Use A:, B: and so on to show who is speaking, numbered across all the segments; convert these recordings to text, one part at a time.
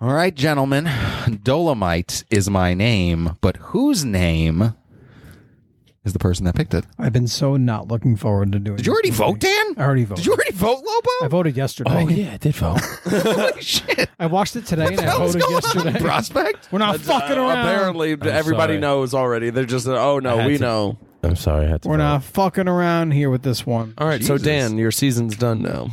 A: All right, gentlemen. Dolomite is my name, but whose name is the person that picked it?
B: I've been so not looking forward to doing.
A: Did you already
B: this
A: vote,
B: today.
A: Dan?
B: I already voted.
A: Did you already vote,
B: I
A: Lobo?
B: voted yesterday.
C: Oh yeah, I did vote.
A: Holy shit!
B: I watched it today and I
A: What's
B: voted
A: going on,
B: yesterday.
A: prospect?
B: We're not
D: uh,
B: fucking around.
E: Uh, Apparently, everybody
C: sorry.
E: knows already. They're just, oh
C: I
E: no,
C: had
E: we
C: to-
E: know.
C: I'm sorry, I had to.
B: We're
C: vote.
B: not fucking around here with this one.
D: Uh.
E: All right, so
A: Jesus.
E: Dan, your season's done now.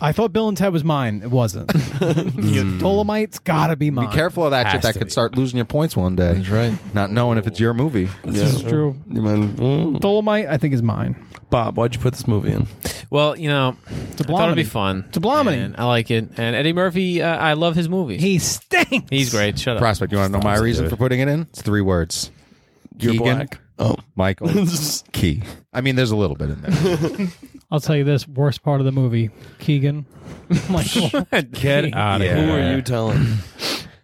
B: I thought Bill and Ted was mine. It wasn't. Dolomite's gotta be
A: Be
B: mine.
A: careful of that shit.
C: Has
A: That
C: to
A: could
C: be.
A: start losing your points one day. That's
E: right.
A: Not knowing if it's your movie.
B: This is true.
D: Hmm.
B: Dolomite, I think, is mine.
E: mm. Bob, why'd you put this movie in?
F: Well, you know, I thought it'd be
B: Blamini.
F: fun.
B: It's a Blamini.
F: And I like it. And Eddie Murphy, uh, I love his movies.
B: He stinks.
F: He's great. Shut up.
A: Prospect, you want to know my reason for putting it in? It's three words.
E: You're
A: Keegan,
E: black. Oh,
A: Michael Key. I mean, there's a little bit in there.
B: I'll tell you this worst part of the movie Keegan. Michael.
C: Get out of
A: Yeah.
C: here.
E: who are you telling?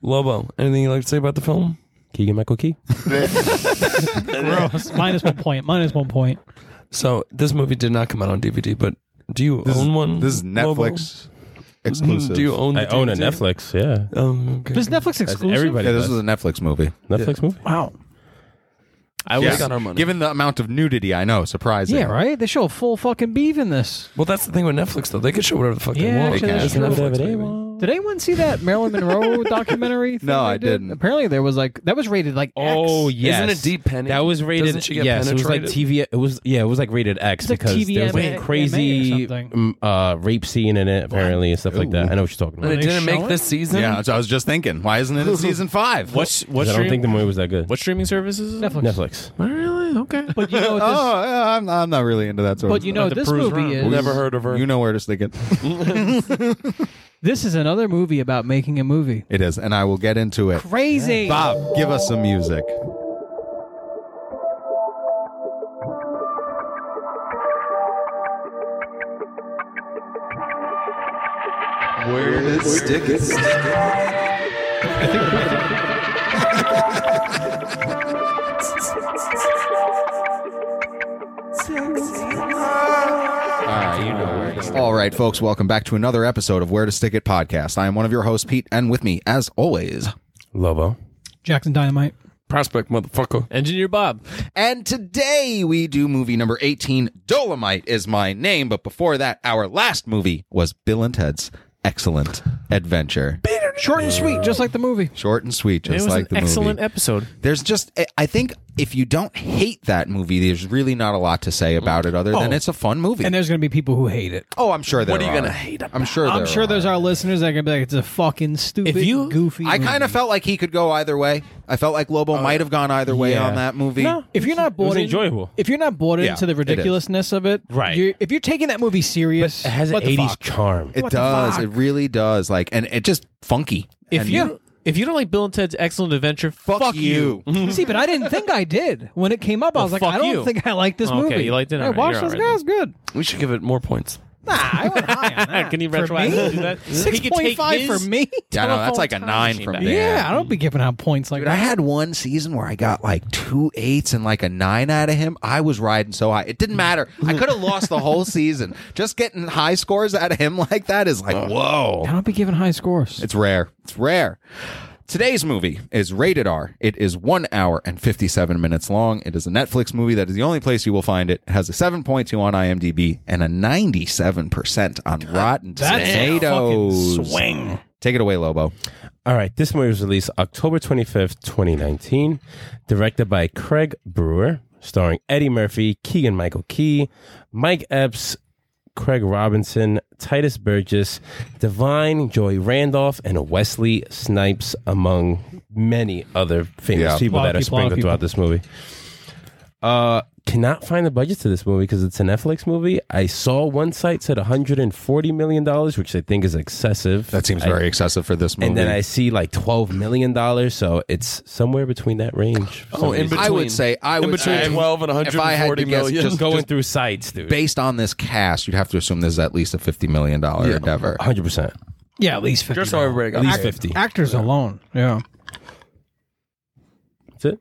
E: Lobo, anything you'd like to say about the film?
C: Keegan Michael Key.
B: Gross. Minus one point. Minus one point.
E: So this movie did not come out on DVD, but do you own one?
A: This is
E: Lobo? Mm,
A: Netflix exclusive.
E: Do you own?
C: I
E: the
C: own a
E: DVD?
C: Netflix. Yeah,
E: Oh, okay.
B: Is Netflix
C: That's
B: exclusive?
C: everybody.
A: yeah, this
C: does.
A: is a Netflix movie.
C: Netflix movie.
B: Wow.
F: I was
E: Yeah. got our money.
A: Given the amount of nudity, I know. Surprising.
B: Yeah, right? They show a full fucking beef in this.
E: Well, that's the thing with Netflix though. They can show whatever the fuck
B: Yeah,
E: they want.
B: actually,
E: It's
B: that's true.
E: Netflix,
C: Whatever they
E: baby.
C: want.
B: Did anyone see that Marilyn Monroe documentary? thing
A: No,
B: they
A: I
B: did?
A: didn't.
B: Apparently, there was like that was rated like
C: Oh
B: X.
C: yes,
E: Isn't it deep penny?
C: That was rated.
E: Doesn't she get
C: yes, it was like
E: penetrated?
C: TV. It was yeah, it was like rated X
B: It's like
C: because there was
B: TVMA
C: like crazy
B: or something.
C: mm, uh, rape scene in it apparently and stuff like that. I know what you're talking
E: And it
C: about.
B: They
E: didn't
B: show
E: make
B: it?
E: this season.
A: Yeah, so I was just thinking, why isn't it in season five?
F: What's what
C: I don't
F: stream,
C: think the movie was that good.
F: what streaming service is it?
B: Netflix.
C: Netflix.
F: Oh, Really? Okay.
B: But you know what this,
A: Oh, yeah, I'm, I'm not really into that sort
B: but
A: of
B: you know what
F: the
B: this
F: Prue's
B: movie is.
F: Room.
E: Never heard of her.
A: You know where to stick it.
B: This is another movie about making a movie.
A: it is, and I will get into it.
B: Crazy.
A: Bob, give us some music. All right, folks, welcome back to another episode of Where to Stick It podcast. I am one of your hosts, Pete, and with me, as always,
C: Lobo.
B: Jackson Dynamite.
E: Prospect motherfucker.
F: Engineer Bob.
A: And today we do movie number 18, Dolomite is my name. But before that, our last movie was Bill and Ted's Excellent Adventure.
B: Short and sweet, just like the movie.
A: Short and sweet,
F: It
A: just
F: was
A: like the
F: an excellent
A: movie.
F: episode.
A: There's just, I- I think if you don't hate that movie, there's really not a lot to say about it other than it's a fun movie.
B: And there's going to be people who hate it.
A: oh, I'm sure there
E: What are you gonna
A: are.
E: hate
A: I'm sure there
B: I'm sure
A: are.
B: there's our listeners that are going to be like, it's a fucking stupid,
F: If you-
B: goofy.
A: I kind of felt like he could go either way. I felt like Lobo might have gone either way
C: yeah.
A: on that movie.
B: If you're not
C: was
B: bored, in-
C: enjoyable.
B: If you're not bored
A: Yeah,
B: into the
A: it is.
B: ridiculousness of it,
C: Right.
B: You're, if you're taking that movie serious,
C: It has an
B: what the
C: '80s
B: fuck?
C: charm.
A: It
B: What the
A: does.
B: fuck?
A: It really does. Like, and it just funky.
F: If
A: And
F: you if you don't like Bill and Ted's Excellent Adventure, fuck,
A: you.
B: See, but I didn't think I did when it came up. I was like,
F: fuck
B: I don't
F: you.
B: think I like this
F: Okay,
B: movie.
F: you liked it?
B: I
F: All right,
B: watched
F: you're
B: this
F: all
B: guy.
F: right
B: It's good.
E: We should give it more points.
B: Nah, I went high on that.
F: Can you
B: For me?
F: retroactively do that?
B: Six
F: He could
B: point
F: take
B: five
F: his-
B: for me.
A: Yeah, no, that's
F: telephone
A: like a
F: time
A: nine
F: machine
A: from
F: back.
A: Dan.
B: Yeah, I don't be giving out points like
A: Dude, I
B: that.
A: had one season where I got like two eights and like a nine out of him. I was riding so high. It didn't matter. I could have lost the whole season. Just getting high scores out of him like that is like, whoa.
B: I don't be giving high scores.
A: It's rare. It's rare. Today's movie is rated R. It is one hour and 57 minutes long. It is a Netflix movie. That is the only place you will find it. It has a 7.2 on IMDb and a 97% on Rotten Tomatoes.
B: swing.
A: Take it away, Lobo.
C: All right, this movie was released October 25th, 2019, directed by Craig Brewer, starring Eddie Murphy, Keegan Michael Key, Mike Epps, Craig Robinson, Titus Burgess, Divine, Joy Randolph, and Wesley Snipes, among many other famous
A: Yeah.
C: people
B: Lot of
C: that are
B: people, lot of
C: sprinkled
B: people.
C: throughout this movie. Uh, cannot find the budget to this movie because it's a Netflix movie. I saw one site said 140 million dollars, which I think is excessive.
A: That seems
C: I-
A: very excessive for this movie.
C: and then I see like twelve million dollars, so it's somewhere between that range. for some
E: in
C: reason.
E: between.
A: I would say I
E: in
A: would
E: between
A: say,
E: 12 and
A: if I had to
E: 140
A: guess,
E: million.
A: just
C: going through sites, dude.
A: based on this cast, you'd have to assume this is at least a fifty million dollar endeavor.
C: One hundred percent,
B: Yeah, at least fifty.
E: Just so everybody
C: at
E: got
C: least
E: paid.
C: fifty.
B: Actors alone. Yeah.
C: That's it.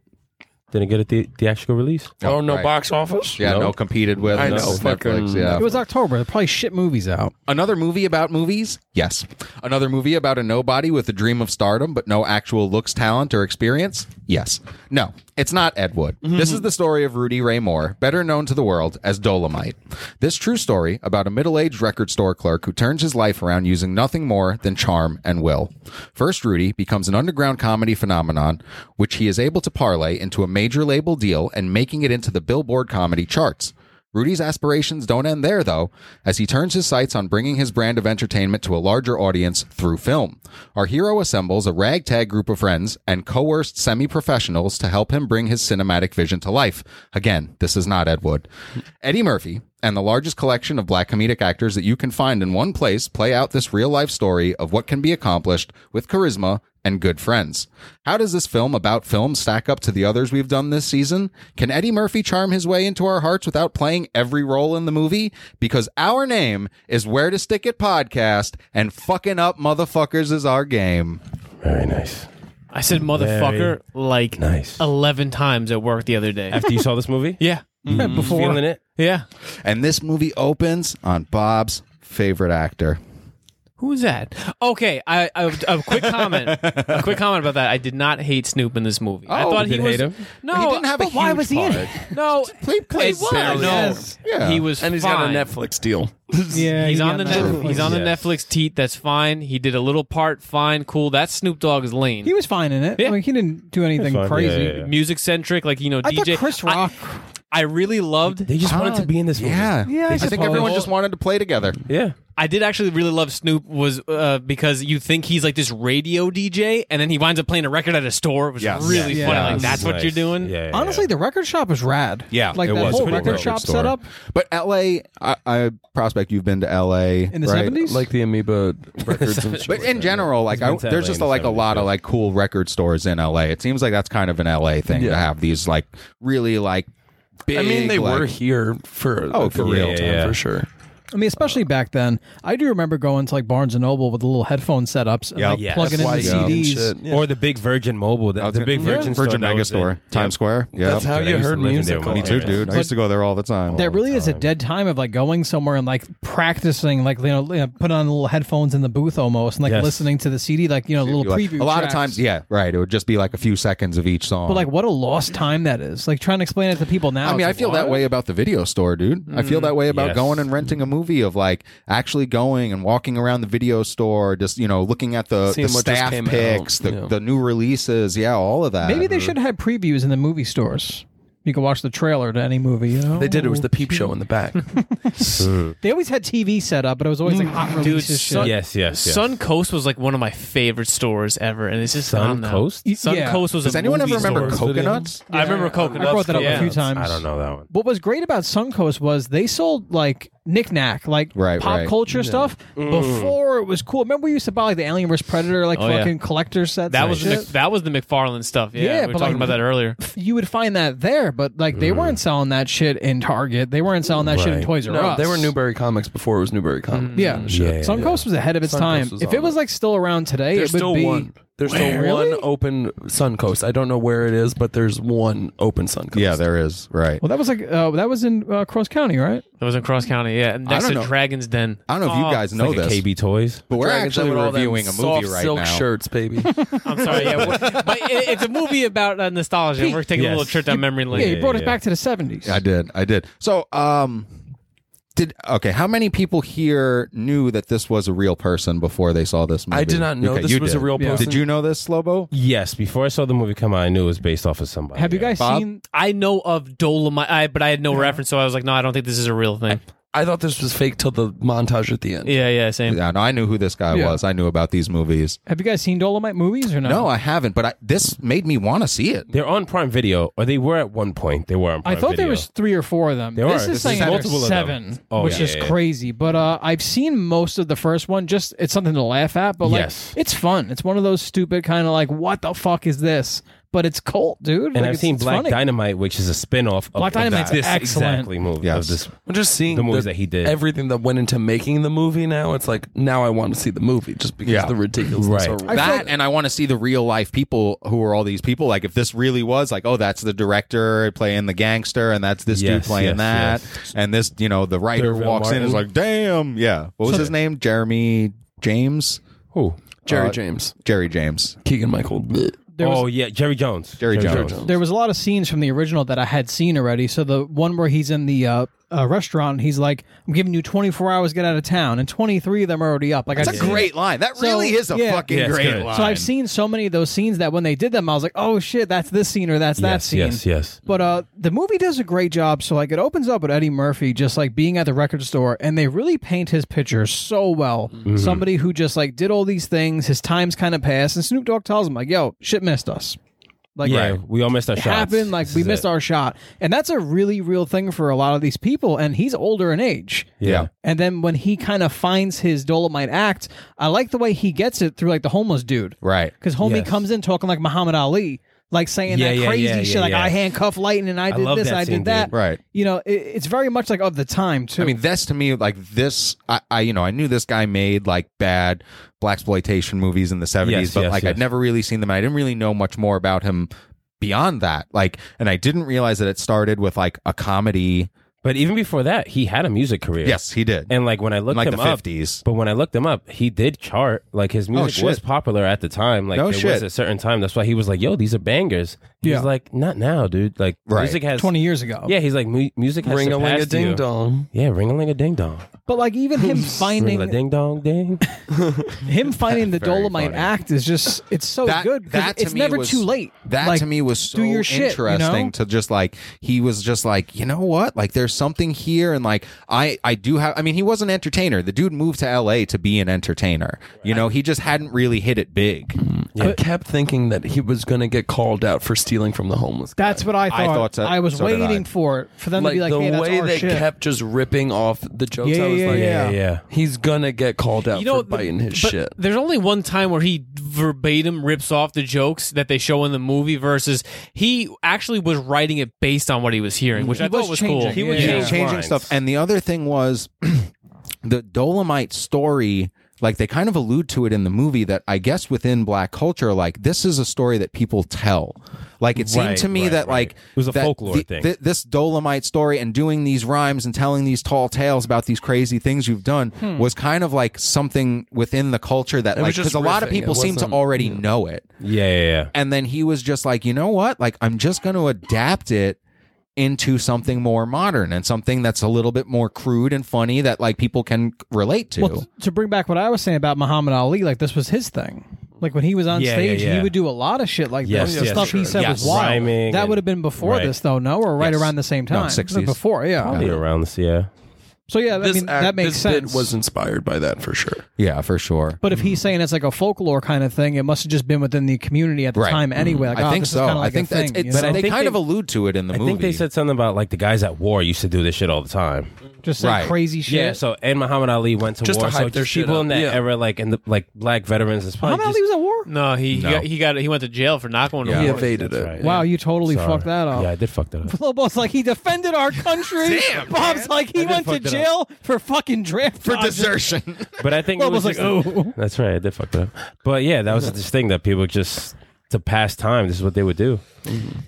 C: Didn't get a the- theatrical release.
E: Oh no,
A: Right.
E: box office.
A: Yeah,
C: No.
A: no competed with
E: I
A: no
E: know,
A: Netflix.
E: fucking-
A: Yeah,
B: It was October. There probably shit movies out.
A: another movie about movies. Yes. Another movie about a nobody with a dream of stardom but no actual looks, talent, or experience? Yes. No, it's not Ed Wood. This is the story of Rudy Ray Moore, better known to the world as Dolomite. This true story about a middle aged record store clerk who turns his life around using nothing more than charm and will. First, Rudy becomes an underground comedy phenomenon, which he is able to parlay into a major label deal and making it into the Billboard comedy charts. Rudy's aspirations don't end there, though, as he turns his sights on bringing his brand of entertainment to a larger audience through film. Our hero assembles a ragtag group of friends and coerced semi professionals to help him bring his cinematic vision to life. Again, this is not Ed Wood. Eddie Murphy and the largest collection of black comedic actors that you can find in one place play out this real life story of what can be accomplished with charisma and good friends. How does this film about film stack up to the others we've done this season? Can Eddie Murphy charm his way into our hearts without playing every role in the movie? Because our name is Where to Stick It Podcast, and fucking up motherfuckers is our game.
C: Very nice.
F: I said motherfucker like
C: Nice.
F: 11 times at work the other day.
C: After you saw this movie?
F: yeah.
B: Mm.
C: Before. Feeling it?
F: Yeah.
A: And this movie opens on Bob's favorite actor.
F: Who's that? Okay, I, I a quick comment. a quick comment about that. I did not hate Snoop in this movie. I
A: Oh,
F: thought
A: you
F: he
C: didn't
F: was
C: hate him?
F: no.
A: he didn't have a
B: but why
A: huge
B: was he in
A: part.
B: it?
F: no.
A: He played
F: he was.
A: Barry.
F: No,
B: Yes.
A: Yeah.
F: he was.
D: And he's
F: fine.
D: got a Netflix deal.
B: Yeah,
F: He's
B: he
F: on the
B: got that.
F: Netflix. he's on the
C: Yes.
F: Netflix teat. That's fine. He did a little part. Fine, cool. That's Snoop Dogg's lane.
B: He was fine in it.
F: Yeah.
B: Like, he didn't do anything
C: fine.
B: crazy.
C: Yeah, yeah, yeah.
F: Music centric, like you know,
B: I
F: DJ.
B: thought Chris Rock.
F: I, I really loved.
C: They just wanted to be in this movie.
A: Yeah.
B: Yeah, I
A: I, think
B: suppose.
A: everyone just wanted to play together.
C: Yeah.
F: I did actually really love Snoop was uh, because you think he's like this radio DJ, and then he winds up playing a record at a store. It was
D: Yes.
F: really
B: Yeah.
F: funny.
B: Yeah,
F: Like
B: this
F: that's
C: is
F: what
C: nice.
F: you're doing.
C: Yeah, yeah,
B: Honestly, the record shop was rad.
C: Yeah,
B: like
C: it
B: that
C: was.
B: whole
C: Pretty
B: record
C: record
B: shop
D: store.
B: setup.
A: But LA, I, I prospect you've been to LA
B: In the
A: right?
B: 70s?
D: Like the Amoeba records and shit.
A: But in general, like I,
C: been to
A: there's
C: LA
A: just
C: in the
A: like a
C: 70s,
A: lot of
C: yeah.
A: like cool record stores in LA. It seems like that's kind of an LA thing to
D: Yeah.
A: have these like really like big.
D: I mean, they
A: like-
D: were here for
A: Oh,
D: oh, for
A: yeah,
D: real
C: yeah,
D: time
C: yeah.
D: for sure.
B: I mean, especially back then. I do remember going to like Barnes and Noble with the little headphone setups and
A: Yeah.
B: like
A: Yes.
B: plugging in the
D: Why you and
B: CDs.
D: shit. Yeah.
C: Or the big Virgin Mobile. The, the big Virgin store
A: Virgin
C: that
A: Mega
C: was
A: Store,
C: in-
A: Times Square. Yeah,
D: That's how
C: Dude, I
D: you
C: used to
D: heard
C: live in there
D: music.
C: with
A: me
C: my
A: too,
C: parents.
A: dude. I used to go there all the time.
B: That really is a dead time of like going somewhere and like practicing, like you know, you know, put on little headphones in the booth almost, and like
C: Yes.
B: listening to the CD, like you know, little
A: Like,
B: preview.
A: a lot
B: tracks.
A: of times, yeah, right. It would just be like a few seconds of each song.
B: But like, what a lost time that is! Like trying to explain it to people now.
A: I mean,
B: it's
A: I
B: like,
A: feel that
B: what?
A: way about the video store, dude. I feel that way about
C: Yes.
A: going and renting a movie of like actually going and walking around the video store, just you know, looking at the,
D: Seeing
A: the
D: what just
A: staff
D: came
A: picks,
D: out,
A: the,
D: yeah.
A: the new releases, yeah, all of that.
B: Maybe they should have previews in the movie stores. You could watch the trailer to any movie. You know,
D: They did. It was the peep show in the back.
B: They always had TV set up, but it was always like hot
F: Dude,
B: releases.
F: so-
B: shit.
C: Yes, yes, yes.
F: Sun Coast was like one of my favorite stores ever, and it's just gone
C: Sun
F: now.
C: Coast?
B: Y-
F: Sun
B: yeah.
F: Coast was.
A: Does
F: a
A: anyone ever
F: movie
A: remember
F: store.
A: coconuts?
F: I remember
B: I
F: coconuts.
B: brought that up
F: yeah.
B: a few times.
C: I don't know that one.
B: What was great about Suncoast was they sold like knickknack, like
A: Right,
B: pop
A: right.
B: culture stuff
D: Mm.
B: before it was cool. Remember we used to buy like the Alien vs Predator, like
F: Oh, yeah.
B: fucking collector sets.
F: That
B: and
F: was the
B: shit.
F: Mc, that was the McFarlane stuff. Yeah,
B: Yeah,
F: we were
B: but,
F: talking
B: like,
F: about that earlier.
B: you would find that there, but like they weren't selling that shit in Target. They weren't selling that shit in
C: Right.
B: Toys R
D: no,
B: Us. Mm.
D: they were Newberry Comics before it was Newberry Comics.
B: Yeah.
C: Yeah, yeah,
B: Suncoast was ahead of its
D: Suncoast
B: time.
D: was
B: If it
D: on.
B: was like still around today,
D: There's
B: it would
D: still
B: be
D: one. There's still
B: Really?
D: one open Suncoast. I don't know where it is, but there's one open Suncoast.
A: Yeah, there is. Right.
B: Well, that was like uh, that was in uh, Cross County, right?
F: That was in Cross County. Yeah, and
A: I
F: next
A: don't
F: to
A: know.
F: Dragon's Den. Oh,
A: I don't know if
D: oh,
A: you guys know
C: Like a
A: this,
C: KB Toys.
A: but we're
D: Dragon's Den
A: actually
D: with all them
A: reviewing a
D: soft
A: movie right
D: silk
A: now.
D: shirts, baby.
F: I'm sorry. Yeah, we're- but it, it's a movie about uh, nostalgia.
B: Pete,
F: we're taking
C: yes.
F: a little trip down memory
B: yeah,
F: lane.
B: you brought us
C: yeah.
B: back to the seventies.
A: I did. I did. So, um, did okay? How many people here knew that this was a real person before they saw this movie?
D: I did not know
A: Okay,
D: this
A: you
D: was
A: did.
D: a real
B: Yeah.
D: person.
A: Did you know this, Slobo?
C: Yes, before I saw the movie come out, I knew it was based off of somebody.
B: Have you
C: else.
B: guys
A: Bob?
B: seen?
F: I know of Dolomite, I, but I had no reference, so I was like, no, I don't think this is a real thing.
D: I thought this was fake till the montage at the end.
F: Yeah, yeah, same.
A: Yeah, no, I knew who this guy
B: Yeah.
A: was. I knew about these movies.
B: Have you guys seen Dolomite movies or no?
C: Uh-huh.
A: No, I haven't. But I, this made me want to see it.
C: They're on Prime Video, or they were at one point. They were on
B: I
C: Prime
B: thought
C: Video.
B: there was three or four of them.
C: There
B: this
C: are.
B: is
C: This
B: saying
C: is
B: there's
C: multiple of them.
B: seven,
C: Oh,
B: which
C: yeah,
B: is
C: yeah, yeah.
B: crazy. But uh, I've seen most of the first one. Just it's something to laugh at, but like
C: Yes.
B: it's fun. It's one of those stupid kind of like what the fuck is this? But it's cult, dude.
C: And
B: Like,
C: I've
B: it's-
C: seen
B: it's
C: Black
B: funny.
C: Dynamite, which is a spin-off of,
B: Black
C: of
B: Dynamite's
C: this
B: excellent.
C: exactly movie.
A: Yes.
C: Of this.
D: I'm just seeing
C: The movies that he did.
D: everything that went into making the movie. Now it's like now I want to see the movie just because
A: Yeah.
D: the ridiculousness.
C: Right.
D: Are,
B: I
A: that
B: feel-
A: and I want to see the real life people who are all these people. Like if this really was like, oh, that's the director playing the gangster, and that's this dude
C: Yes,
A: playing
C: yes,
A: that,
C: yes.
A: and this you know the writer
C: Thurville
A: walks in and is
C: Martin.
A: like, damn, yeah. What was his name? Jeremy James,
C: Who?
D: Jerry James,
A: Jerry James.
D: Keegan Michael.
B: There was-
C: oh yeah, Jerry Jones.
A: Jerry Jones.
C: Oh,
B: There was a lot of scenes from the original that I had seen already. So the one where he's in the uh, uh, restaurant, and he's like, "I'm giving you 24 hours to get out of town," and 23 of them are already up. Like
A: That's
B: I've
A: a
B: seen-
A: great line. That
B: So,
A: really is a
B: yeah.
A: fucking
C: Yeah, it's
A: great
C: good.
A: line.
B: So I've seen so many of those scenes that when they did them, I was like, "Oh shit, that's this scene or that's that
C: Yes,
B: scene."
C: yes, yes.
B: But uh, the movie does a great job. So like, it opens up with Eddie Murphy just like being at the record store, and they really paint his picture so well.
C: Mm-hmm.
B: Somebody who just like did all these things, his time's kind of passed, and Snoop Dogg tells him like, "Yo, shit missed us." Like,
C: Yeah, we all missed our
B: it
C: shots.
B: happened. Like
C: This
B: we
C: is
B: missed
C: it.
B: our shot, and that's a really real thing for a lot of these people. And he's older in age.
C: Yeah.
B: And then when he kind of finds his Dolomite act, I like the way he gets it through like the homeless dude,
A: Right.
B: Because homie
C: Yes.
B: comes in talking like Muhammad Ali, like saying
C: Yeah,
B: that
C: yeah,
B: crazy
C: yeah,
B: shit,
C: yeah,
B: like
C: yeah.
B: I handcuffed Lightning and I did
C: love
B: this,
C: that
B: and I
C: scene,
B: did that,
C: dude.
A: Right.
B: You know, it, it's very much like of the time too.
A: I mean, this to me, like this, I, I you know, I knew this guy made like bad black exploitation movies in the seventies,
C: Yes,
A: but
C: yes,
A: like I'd
C: yes.
A: never really seen them. I didn't really know much more about him beyond that. Like, and I didn't realize that it started with like a comedy.
C: But even before that, he had a music career.
A: Yes, he did.
C: And like when I looked
A: like
C: him
A: the
C: up,
A: 50s.
C: but when I looked him up, he did chart. Like his music
A: shit.
C: was popular at the time. Like
A: No
C: there
A: shit.
C: was a certain time. That's why he was like, "Yo, these are bangers." He's
B: Yeah.
C: like, "Not now, dude." Like
A: Right.
C: music has
B: Twenty years ago,
C: Yeah, he's like mu- music has
E: Ring a ling a
C: surpassed you."
E: ding dong.
C: Yeah, ring a ling a ding dong.
B: But like even him
C: Ring a
B: finding
C: ding dong ding.
B: him finding the
A: Very
B: Dolomite
A: funny.
B: act is just it's so
A: That-
B: good. 'cause
A: that to
B: it's
A: me
B: never
A: was-
B: too late.
A: That
B: Like,
A: to me was so
B: do your shit, you know?
A: interesting to just like he was just like you know what like there's something here and like I I do have I mean he was an entertainer the dude moved to L A to be an entertainer you know he just hadn't really hit it big
D: I kept thinking that he was going to get called out for stealing from the homeless.
B: That's what I thought. I,
A: thought so-
B: was
A: so did I.
B: waiting for it, for them
D: like
B: to be like,
D: the
B: "Hey, that's
D: way
B: our
D: they
B: shit."
D: kept just ripping off the jokes.
B: Yeah,
D: I was
B: yeah,
D: like,
B: yeah.
C: yeah, yeah.
D: he's gonna get called out
F: you know,
D: for biting his
F: but
D: shit.
F: There's only one time where he verbatim rips off the jokes that they show in the movie versus he actually was writing it based on what he was hearing, which I
B: was
F: thought was
B: changing.
F: cool.
B: He was
A: Yeah.
C: Yeah.
A: changing
C: Lines.
A: stuff. And the other thing was the Dolomite story. Like they kind of allude to it in the movie that I guess within black culture, like this is a story that people tell. Like it seemed
C: Right,
A: to me
C: right,
A: that
C: right.
A: like
C: It was a
A: that
C: folklore
A: the-
C: thing.
A: thi- this Dolomite story and doing these rhymes and telling these tall tales about these crazy things you've done
C: Hmm.
A: was kind of like something within the culture that like
D: was just
A: because a lot of
D: riffing. It
A: people seem to
D: wasn't-
A: already know it.
C: Yeah, yeah, yeah.
A: And then he was just like, you know what? Like, I'm just going to adapt it into something more modern and something that's a little bit more crude and funny that like people can relate to.
B: Well, t- to bring back what I was saying about Muhammad Ali, like this was his thing. Like when he was on
C: Yeah,
B: stage,
C: yeah, yeah.
B: he would do a lot of shit like
C: Yes,
B: this. The
C: yes,
B: stuff he
C: sure.
B: said
A: Yes.
B: was wild.
C: Rhyming
B: that
C: and-
B: would have been before
C: Right.
B: this, though, no, or right
A: Yes.
B: around the same
A: No,
B: time.
A: 60s.
B: Before, Oh, yeah.
C: Probably around this, yeah.
B: So yeah, I mean that makes
D: this
B: sense.
D: bit Mm-hmm. was inspired by that for sure.
A: yeah, for sure.
B: but if he's saying it's like a folklore kind of thing, it must have just been within the community at the
A: Right.
C: Mm-hmm.
B: time anyway. Like,
A: I
B: oh,
A: think
B: this is
A: so.
B: kinda like
A: I think
B: a
A: that's
B: thing,
A: it's,
B: you know?
A: they
C: think
A: kind
C: they-
A: of allude to it in the
C: I
A: movie.
C: think they said something about like the guys at war used to do this shit all the time.
B: just like
A: Right.
B: crazy shit.
C: Yeah, so and Muhammad Ali went to
D: Just to
C: war. so
D: hype their
C: just
D: shit
C: people
D: up.
C: in that
D: Yeah.
C: era, like in the like black veterans, is probably
B: Muhammad
C: just, Mm-hmm.
B: Ali was at war.
F: No, he Got, he got he went to jail for not going to
A: Yeah.
D: He
F: war.
D: evaded it.
C: Right.
B: Wow, you totally
C: Sorry.
B: fucked that up.
C: Yeah, I did fuck that up.
B: Lobo's like he defended our country. Bob's like he went to
C: fucked it
B: jail for fucking draft
A: for
B: dodging.
A: desertion.
C: But I think it was
B: Lobo's like,
C: just-
B: oh,
C: that's right. I did fuck that up. But yeah, that was this thing that people just to pass time. This is what they would do.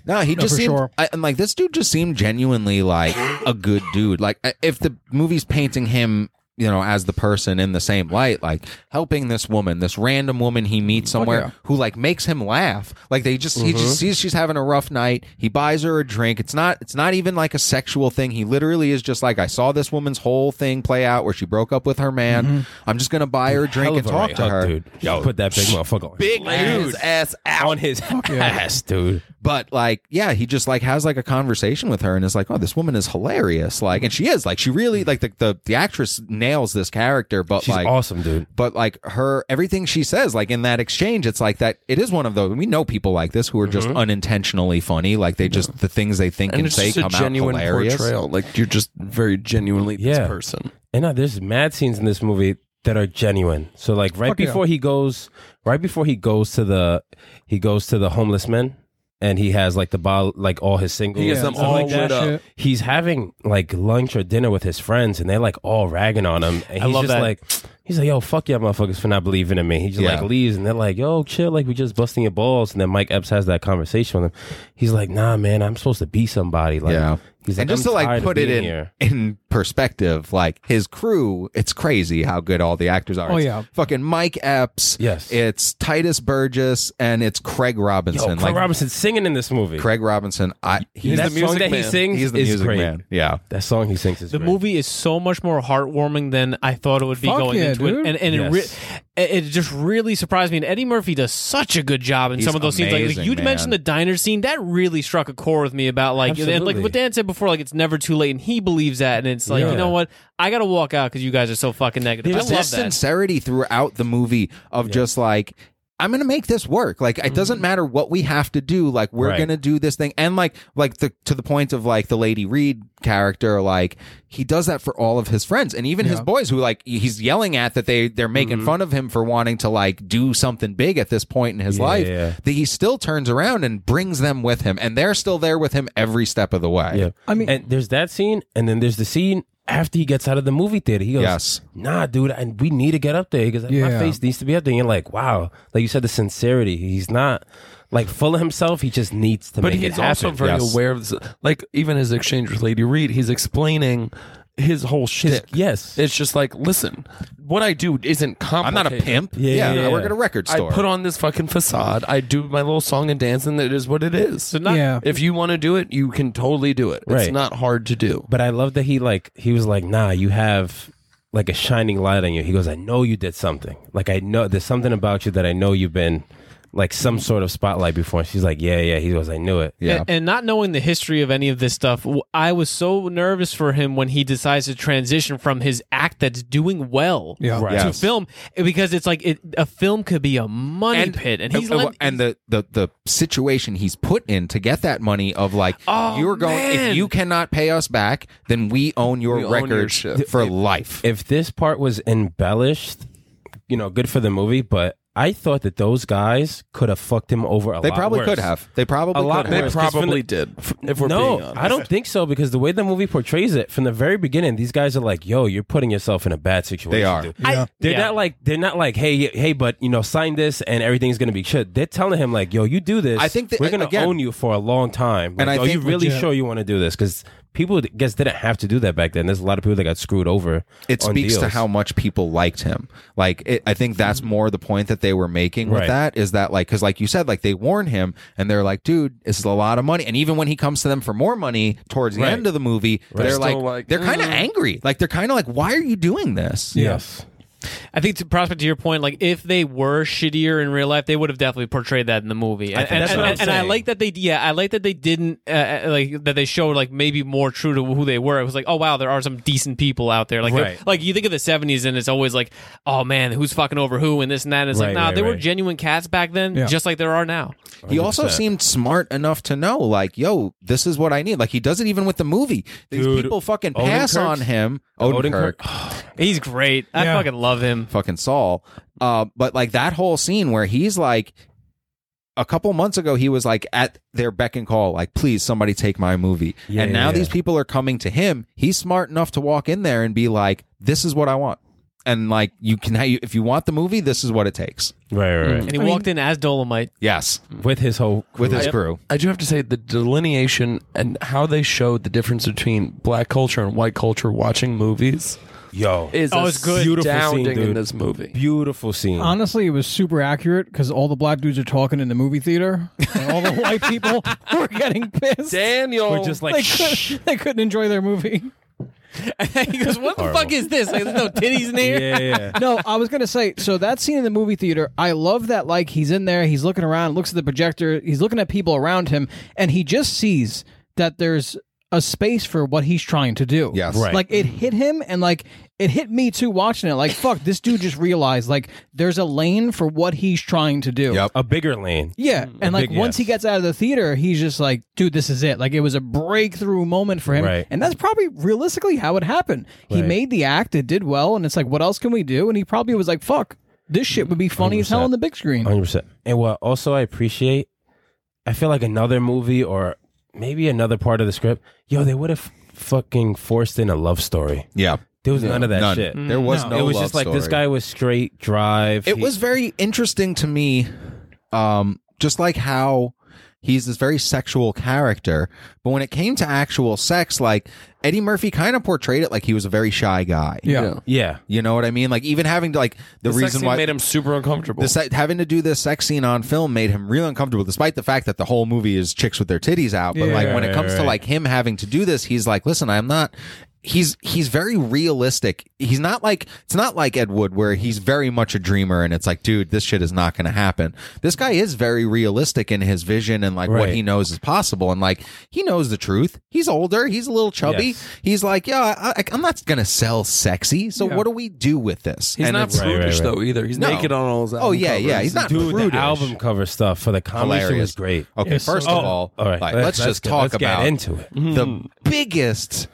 A: No, he just
B: for
A: seemed
B: sure.
A: I, and like this dude just seemed genuinely like a good dude. Like I- if the movie's painting him, you know, as the person in the same light, like helping this woman, this random woman he meets somewhere who like makes him laugh. Like they just he just sees she's having a rough night. He buys her a drink. It's not it's not even like a sexual thing. He literally is just like I saw this woman's whole thing play out where she broke up with her man. I'm just gonna buy her a drink
C: Hell
A: and
C: of a
A: talk
C: right
A: to
C: hook,
A: her.
C: dude. Yo, put that big motherfucker on.
A: Big
C: Laid
A: dude.
C: his ass out on his ass, dude.
A: but like yeah he just like has like a conversation with her and is like oh this woman is hilarious like and she is like she really like the the, the actress nails this character but
C: She's
A: like
C: awesome, dude.
A: but like her everything she says like in that exchange it's like that it is one of those we know people like this who are
C: Mm-hmm.
A: just unintentionally funny like they just the things they think and,
D: And it's
A: say
D: just a
A: come out
D: genuine
A: hilarious
D: portrayal. Like you're just very genuinely
C: Yeah.
D: this person.
C: And now there's mad scenes in this movie that are genuine. So like right
B: yeah.
C: before he goes, right before he goes to the he goes to the homeless men, and he has like the ball like all his singles.
D: He gets
C: and
D: them
C: stuff
D: all
C: like that.
D: lit up.
C: He's having like lunch or dinner with his friends, and they're like all ragging on him. And he's
F: love
C: just
F: that.
C: like, He's like, yo, fuck y'all motherfuckers for not believing in me. He just
A: Yeah.
C: like leaves and they're like, yo, chill, like we just busting your balls. And then Mike Epps has that conversation with him. He's like, nah, man, I'm supposed to be somebody. Like,
A: Yeah.
C: he's like,
A: and just
C: I'm
A: to like
C: tired of
A: put it
C: being
A: in
C: here.
A: in perspective, like his crew, it's crazy how good all the actors are.
B: Oh,
A: It's
B: yeah.
A: fucking Mike Epps.
C: Yes.
A: it's Titus Burgess and it's Craig
C: Yo,
A: Robinson.
C: Craig
A: like
C: Robinson Oh, singing in this movie.
A: Craig Robinson, I he's,
C: that
A: the,
C: song
D: music
C: that he
D: man.
C: sings
A: he's the
C: is
A: music
C: great.
A: man. Yeah,
C: That song he sings is
F: The
C: great.
F: movie is so much more heartwarming than I thought it would be
B: Fuck
F: going
B: yeah, dude.
F: into it, and and
C: Yes.
F: it, re- it just really surprised me. And Eddie Murphy does such a good job in
A: He's
F: some of those scenes. Like,
A: amazing,
F: like you
A: man.
F: mentioned the diner scene, that really struck a chord with me about like and like
C: Absolutely.
F: what Dan said before, like it's never too late, and he believes that, and it's like
C: Yeah.
F: you know what, I gotta walk out because you guys are so fucking negative. I
A: Just
F: love
A: his
F: that.
A: sincerity throughout the movie of just like I'm gonna make this work. Like it doesn't matter what we have to do. Like we're
C: Mm-hmm. Right.
A: gonna do this thing. And like like the to the point of like the Lady Reed character, like he does that for all of his friends and even his boys who like he's yelling at that they they're making
C: Mm-hmm.
A: fun of him for wanting to like do something big at this point in his
C: Yeah,
A: life.
C: yeah.
A: That he still turns around and brings them with him, and they're still there with him every step of the way.
C: Yeah.
B: I mean-
C: and there's that scene, and then there's the scene after he gets out of the movie theater. He goes,
A: Yes.
C: Nah, dude, and we need to get up there because my
B: Yeah.
C: face needs to be up there. And you're like, wow. Like you said, the sincerity. He's not like full of himself. He just needs to
D: But
C: make
D: he's
C: it
D: also
C: happen.
D: very
A: yes.
D: aware of this. Like even his exchange with Lady Reed, he's explaining his whole shtick.
C: yes.
D: It's just like, listen, what I do isn't
A: I'm
D: complicated.
A: not a pimp.
C: Yeah, yeah,
A: I work
C: yeah.
A: at a record
D: I
A: store.
D: put on this fucking facade. I do my little song and dance, and it is what it is. So
F: not-
B: Yeah.
D: if you want to do it, you can totally do it.
C: Right.
D: It's not hard to do.
C: But I love that he like he was like, nah, you have like a shining light on you. He goes, I know you did something. Like I know there's something about you that I know you've been like some sort of spotlight before. And she's like, yeah, yeah. He goes, I knew it.
A: yeah.
F: And, and not knowing the history of any of this stuff, w- I was so nervous for him when he decides to transition from his act that's doing well
B: Yeah.
C: Right.
F: to
A: Yes.
F: film because it's like it, a film could be a money pit, and he's
A: and,
F: let-
A: and the, the the situation he's put in to get that money of like
F: Oh,
A: you're going
F: man.
A: if you cannot pay us back then we own your
D: We own your
A: records
D: shit.
A: for life
C: if this part was embellished, you know, good for the movie, but I thought that those guys could have fucked him over a
A: they
C: lot.
A: probably
C: worse.
A: could have they probably
C: A lot
A: could have.
C: worse. 'cause from
D: Probably
C: the-
D: did. If we're
C: no,
D: being honest.
C: I don't think so because the way the movie portrays it from the very beginning, these guys are like, "Yo, you're putting yourself in a bad situation."
A: They are.
C: dude.
F: I-
C: They're
F: Yeah.
C: not like they're not like, "Hey, hey, but you know, sign this and everything's gonna be shit." They're telling him like, "Yo, you do this,
A: I think that-
C: we're gonna
A: again-
C: own you for a long time." Like,
A: And I
C: are you
A: think
C: really
B: legit-
C: sure you want to do this? Because people, I guess, didn't have to do that back then. There's a lot of people that got screwed over.
A: it
C: on
A: speaks to
C: deals.
A: how much people liked him like it, i think that's more the point that they were making with
C: Right.
A: that is that like because like you said like they warn him and they're like dude this is a lot of money and even when he comes to them for more money towards the
C: Right.
A: end of the movie they're
D: Still
A: like,
D: like,
A: they're kind of
D: mm.
A: angry like they're kind of like why are you doing this
C: Yes.
F: I think to prospect to your point, like if they were shittier in real life, they would have definitely portrayed that in the movie. And, and,
C: that's what I'm
F: and- and I
C: saying.
F: like that they, yeah, I like that they didn't uh, uh, like that they showed like maybe more true to who they were. It was like, oh wow, there are some decent people out there. Like,
C: Right.
F: like you think of the '70s, and it's always like, oh man, who's fucking over who, and this and that. And it's
C: Right,
F: like, nah,
C: right,
F: they were
C: right.
F: genuine cats back then,
B: Yeah.
F: just like there are now.
A: He also seemed smart enough to know, like, yo, this is what I need. Like, he does it even with the movie. These
C: Dude,
A: people fucking
C: Odenkirk's-
A: pass on him. Odenkirk,
C: Odenkirk-
F: He's great. I
B: Yeah.
F: fucking love him.
A: fucking Saul. Uh, but like that whole scene where he's like, a couple months ago, he was like at their beck and call, like, please, somebody take my movie.
C: Yeah,
A: and now
C: yeah.
A: these people are coming to him. He's smart enough to walk in there and be like, this is what I want. And like, you can, if you want the movie, this is what it takes.
C: Right, right, right.
F: And he walked in as Dolomite.
A: Yes.
C: With his whole
A: With his
D: Yep.
A: crew.
D: I do have to say the delineation and how they showed the difference between black culture and white culture watching movies
C: yo,
D: is
F: Oh, it's good.
C: Beautiful scene,
D: astounding in
C: dude.
D: this movie.
C: beautiful scene.
B: Honestly, it was super accurate because all the black dudes are talking in the movie theater, and all the white people were getting pissed.
D: Daniel,
C: We're just like,
B: They, could, they couldn't enjoy their movie.
F: he goes, what the
C: Horrible.
F: fuck is this? Like, there's no titties in here.
C: yeah, yeah.
B: no, I was gonna say. So that scene in the movie theater, I love that. Like he's in there, he's looking around, looks at the projector, he's looking at people around him, and he just sees that there's a space for what he's trying to do.
A: Yes. Right.
B: Like it hit him, and like it hit me too watching it. Like fuck, this dude just realized like there's a lane for what he's trying to do.
A: Yep.
C: A bigger lane.
B: Yeah, and like
C: Mm, big
B: once he
C: yes.
B: gets out of the theater, he's just like, dude, this is it. Like it was a breakthrough moment for him,
C: Right.
B: and that's probably realistically how it happened. He
C: Right.
B: made the act, it did well, and it's like, what else can we do? And he probably was like, fuck, this shit would be funny as hell on the big screen.
C: Hundred percent. And what also I appreciate, I feel like another movie or maybe another part of the script, yo, they would have fucking forced in a love story.
A: Yeah.
C: There was none of that
A: None.
C: shit.
A: There was no.
C: it was
A: love
C: just like this
A: story.
C: guy was straight drive.
A: It
C: He-
A: was very interesting to me, um, just like how he's this very sexual character, but when it came to actual sex, like Eddie Murphy kind of portrayed it like he was a very shy guy.
B: Yeah.
C: yeah.
A: You know what I mean? Like even having to like the,
D: The sex
A: reason
D: scene
A: why
D: made him super uncomfortable.
A: the se- having to do this sex scene on film made him real uncomfortable, despite the fact that the whole movie is chicks with their titties out. But like when it
C: right,
A: comes to
C: right.
A: like him having to do this, he's like, listen, I'm not. He's he's very realistic. He's not like it's not like Ed Wood where he's very much a dreamer and it's like, dude, this shit is not going to happen. This guy is very realistic in his vision and like what
C: Right.
A: he knows is possible and like he knows the truth. He's older. He's a little chubby.
C: Yes.
A: He's like, yeah, I, I, I'm not going to sell sexy. So what do we do with this?
D: He's
A: And
D: not
A: it's-
C: Right, right,
D: prudish
C: right.
D: though either. He's
A: No.
D: naked on all his.
A: Oh
D: album
A: yeah,
D: covers.
A: yeah. He's not
C: Dude,
A: prudish.
C: the album cover stuff for the comedy was
A: Hilarious.
C: great.
A: Okay,
B: It's
A: first
B: so
A: of
B: good.
A: all,
C: All right,
A: like, let's, just
C: get-
A: talk
C: let's
A: about Mm-hmm.
C: get into it.
A: the biggest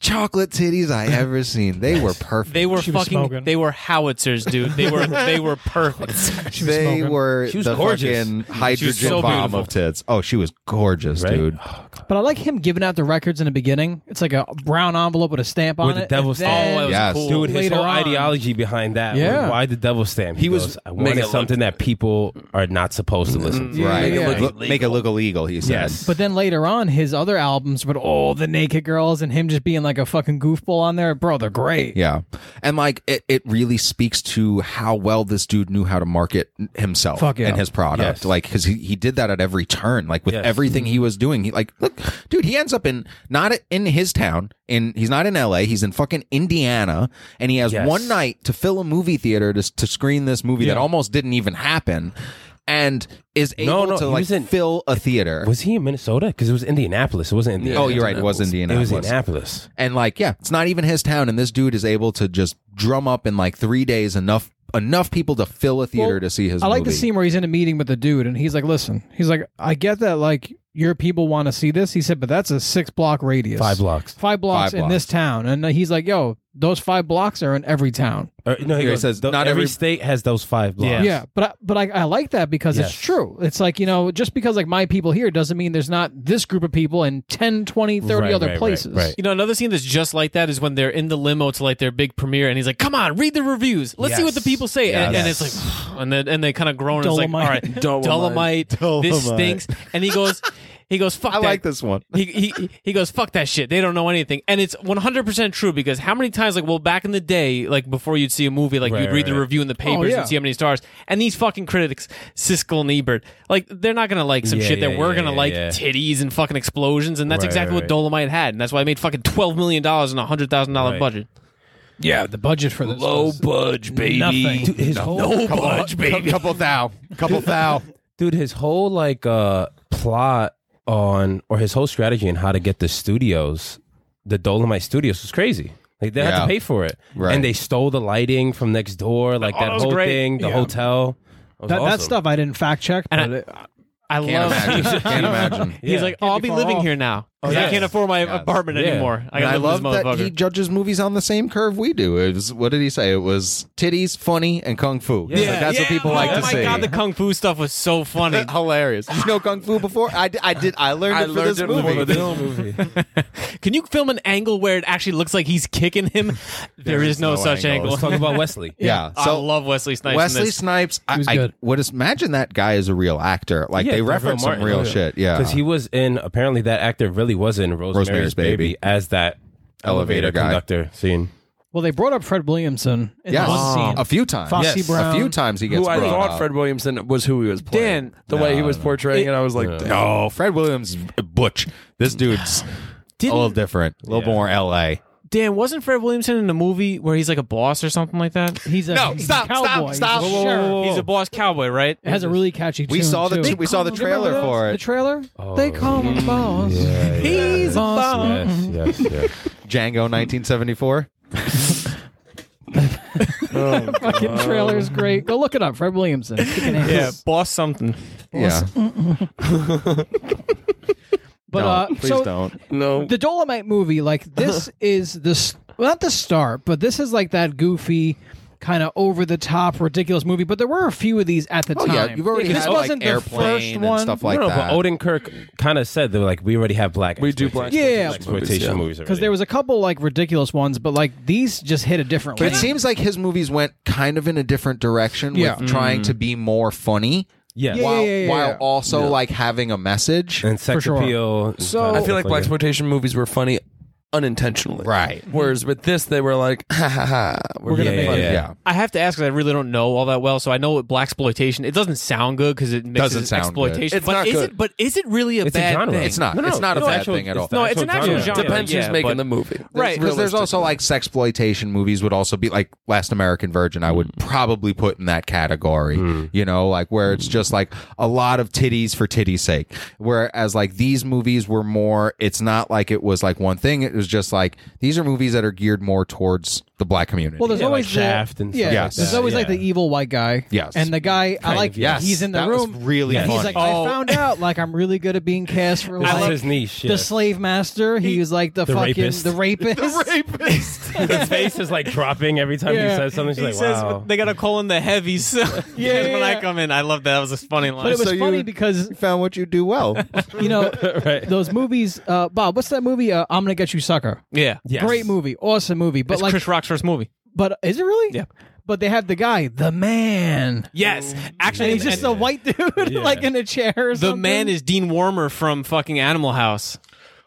A: chocolate titties I ever seen. They were perfect.
F: They were
B: She was
F: fucking.
B: smoking.
F: They were howitzers, dude. They were. they were perfect.
B: She was
A: they
B: smoking.
A: were
C: She was
A: the
C: gorgeous.
A: fucking hydrogen
F: so
A: bomb
F: beautiful.
A: of tits. Oh, she was gorgeous,
C: Right?
A: dude.
B: But I like him giving out the records in the beginning. It's like a brown envelope with a stamp on
C: With the
B: it.
C: devil
B: and
C: stamp.
B: then-
F: Oh, it was
A: Yes.
F: cool.
C: Dude, his
B: Later
C: whole
B: on.
C: ideology behind that.
B: Yeah.
C: like, why the devil stamp? He,
D: He was
C: goes, I
D: make it
C: wanted
D: look-
C: something that people are not supposed
A: Mm-hmm.
C: to listen to.
A: right.
B: yeah.
A: Look- Make it look illegal, he said.
C: Yes.
B: But then later on, his other albums with all the naked girls and him just being like a fucking goofball on there, bro, they're great.
A: Yeah. And like it, it really speaks to how well this dude knew how to market himself
B: Fuck yeah.
A: and his product.
C: Yes.
A: Like 'cause Like cuz he, he did that at every turn like with
C: Yes.
A: everything he was doing. He like look dude, he ends up in not in his town in he's not in LA, he's in fucking Indiana and he has
C: Yes.
A: one night to fill a movie theater to to screen this movie that almost didn't even happen and is able
C: no,
A: to
C: he
A: like
C: was in-
A: fill a theater.
C: was he in Minnesota? Because it was Indianapolis. It wasn't Indiana.
A: Oh, you're right. It was
C: It
A: Indianapolis.
C: was Indianapolis.
A: And like, yeah, it's not even his town, and this dude is able to just drum up in like three days enough enough people to fill a theater
B: Well,
A: to see his.
B: I like
A: movie.
B: the scene where he's in a meeting with the dude and he's like, listen, he's like, I get that, like, your people want to see this. He said, but that's a six block radius.
C: Five blocks.
B: Five blocks
A: Five
B: in this town. And he's like, yo, those five blocks are in every town.
C: Or, no,
A: Yeah,
C: he,
A: he
C: goes,
A: says,
C: "Th-
A: not
C: every
A: every-
C: state has those five blocks.
F: Yeah.
B: Yeah, but I, but I, I like that because
C: Yes.
B: it's true. It's like, you know, just because like my people here doesn't mean there's not this group of people and 10, 20, 30
C: Right,
B: other
C: right, right,
B: places.
C: right.
F: You know, another scene that's just like that is when they're in the limo to like their big premiere, and he's like, "Come on, read the reviews. Let's see what the
C: Yes.
F: people say." And, and it's
C: Yes.
F: like, and then and they kind of groan. And it's like, all
B: Dolomite.
F: right,
D: Dolomite.
F: Dolomite, This
C: Dolomite.
F: stinks. And he goes, he goes, fuck.
A: I
F: that.
A: like this one.
F: He, he he goes, fuck that shit. They don't know anything, and it's 100 percent true because how many times like well back in the day like before you'd see a movie like
C: Right,
F: you'd read
C: right,
F: the
C: right.
F: review in
A: Oh,
F: the papers
B: yeah.
F: and see how many stars, and these fucking critics Siskel and Ebert like they're not gonna like some
C: Yeah,
F: shit that
C: yeah,
F: we're
C: yeah,
F: gonna
C: yeah,
F: like
C: yeah.
F: titties and fucking explosions, and that's
C: Right,
F: exactly
C: right,
F: what
C: right.
F: Dolomite had, and that's why I made fucking twelve million dollars on a hundred thousand thousand
C: Right.
F: dollar budget.
B: Yeah, the budget for this
D: Low
B: was
D: budge, baby.
B: nothing.
C: Dude, his whole
A: budge, baby. Couple thou, couple thou.
C: dude his whole like uh plot on or his whole strategy on how to get the studios the dolomite studios was crazy like they had
A: Yeah.
C: to pay for it
A: Right.
C: and they stole the lighting from next door like
F: Oh,
C: that
F: that was
C: whole
F: great.
C: thing the
B: Yeah.
C: hotel was
B: That, that
C: awesome.
B: stuff I didn't fact check, but
F: And
B: it,
F: I
A: Can't
F: love.
A: imagine. Can't imagine.
F: He's
C: Yeah.
F: like, oh, I'll be
B: far
F: living
B: off.
F: here now. 'Cause
C: yes.
F: I can't afford my
A: Oh, Yes.
F: apartment
C: Yeah.
F: anymore. I
A: And I
F: gotta live
A: love
F: with this
A: that
F: motherfucker.
A: he judges movies on the same curve we do. It was, what did he say? It was titties, funny, and kung fu. He's like, that's what
F: Yeah,
A: people like
F: oh
A: to
F: my
A: see.
F: god, the kung fu stuff was so funny.
A: Hilarious. Did you know kung fu before? I, di- I did. I learned
D: I
A: it for
D: learned
A: this
D: it
A: movie.
D: for this
F: Can you film an angle where it actually looks like he's kicking him? there is, no, such angle.
C: let's talk about wesley
A: Yeah.
F: I
A: So
F: love Wesley Snipes. in
A: Wesley
F: this.
A: Snipes, I,
B: was
A: I
B: good.
A: would just imagine that guy is a real actor. Like they reference some real shit. Yeah,
C: because he was in apparently that actor really was in rosemary's,
A: Rosemary's
C: baby,
A: Baby.
C: as that
A: Elevator
C: elevator
A: guy.
C: conductor scene
B: well, they brought up Fred Williamson in
A: yes,
B: the one scene.
A: a few times.
B: Fosse
C: Yes.
B: Brown.
A: A few times he gets
D: Who I
A: brought
D: thought
A: up.
D: Fred Williamson was who he was playing.
F: Dan.
D: the way he was portraying it, I was like, damn.
A: No, Fred Williams, Butch. This dude's a little different, a little more L.A.
F: Dan wasn't Fred Williamson in a movie where he's like a boss or something like that?
B: He's a
A: No,
B: he's
A: stop,
B: a cowboy.
A: stop, stop.
B: He's
A: Whoa,
B: a sheriff.
F: He's a boss cowboy, right?
B: It has a really catchy.
A: We
B: tune,
A: saw the
B: too.
A: t- we saw the
B: You remember
A: trailer
B: that?
A: for
B: The
A: it.
B: trailer.
C: Oh,
B: They call him boss.
F: He's a boss.
C: yes yes yes
A: Django, 1974.
B: Fucking trailer's great. Go look it up. Fred Williamson. Kicking ass.
F: Yeah, boss something.
A: Yeah,
B: But
A: No,
B: uh,
A: please
B: so
A: don't.
D: No.
B: the Dolomite movie, like this is the s- well, not the start, but this is like that goofy. kind of over the top, ridiculous movie. But there were a few of these at the
A: Oh
B: time.
A: yeah, you've already
B: This
A: had like
B: wasn't the first
A: airplane and
B: one.
A: stuff
C: I
A: like
C: don't know,
A: that.
C: but Odenkirk kind of said they were like, we already have black.
D: We do black
B: Yeah.
C: exploitation movies
B: because there was a couple like ridiculous ones, but like these just hit a different.
A: But it
B: lane.
A: seems like his movies went kind of in a different direction
B: Yeah.
A: with trying to be more funny
C: yeah,
B: Yeah,
A: while,
B: yeah, yeah,
A: while
B: yeah.
A: also like having a message.
C: and sex
B: sure.
C: appeal.
E: So-
D: I feel like black exploitation movies were funny unintentionally.
A: Right.
D: Whereas with this, they were like, ha ha ha. We're,
C: yeah,
D: gonna make
C: yeah,
D: fun
C: yeah.
D: of
A: Yeah.
F: I have to ask because I really don't know all that well. So I know what black exploitation. It doesn't sound good because it mixes
A: Doesn't sound good.
F: exploitation.
D: It's
F: but
D: not
F: is
D: good.
F: it? But is it really a
C: It's a
F: bad
C: genre.
F: thing?
A: It's not.
C: No, no,
A: it's not a
C: no,
A: bad
C: actual-
A: thing at
C: it's
A: all.
C: the
F: No, it's an actual genre.
D: it. Depends
F: yeah,
D: who's making
F: but-
D: the movie.
F: Right.
A: Because there's also like sexploitation movies would also be like Last American Virgin. I would probably put in that category, you know, like where it's just like a lot of titties for titty's sake. Whereas like these movies were more. It's not like it was like one thing. It was just like these are movies that are geared more towards the black community.
B: Well, there's
C: Yeah, like
B: always the-
C: Shaft and stuff
B: yeah.
A: like
B: there's
A: that.
B: always like
C: Yeah.
B: the evil white guy.
A: Yes.
B: and the guy I like.
A: yes,
B: he's in the
A: that
B: room.
A: Was really
C: Yeah.
A: funny.
B: He's like,
F: Oh.
B: I found out like I'm really good at being cast for
C: This
B: like
C: is his niche.
B: the
C: yeah.
B: slave master. He, was like the,
C: the
B: fucking
C: rapist.
B: the rapist.
C: His face is like dropping every time he
B: Yeah.
C: says something. She's
F: He
C: like,
F: says
C: wow.
F: they gotta call in the heavies. So
B: Yeah, yeah,
F: when I
B: yeah.
F: come in, I love that. That was a funny line.
B: But it was
A: So you-
B: funny because
A: You found what you do well.
B: you know those movies. Uh, Bob, what's that movie? Uh, I'm gonna get you, sucker.
F: yeah,
C: Yes.
B: Great movie, awesome movie. But
F: It's
B: like,
F: Chris Rock's first movie.
B: but is it really? Yeah. But they have the guy, the man,
F: Yes,
B: and
F: actually,
B: he's
A: uh,
B: just a white dude, like in a chair. Or
F: the man is Dean Warmer from fucking Animal House.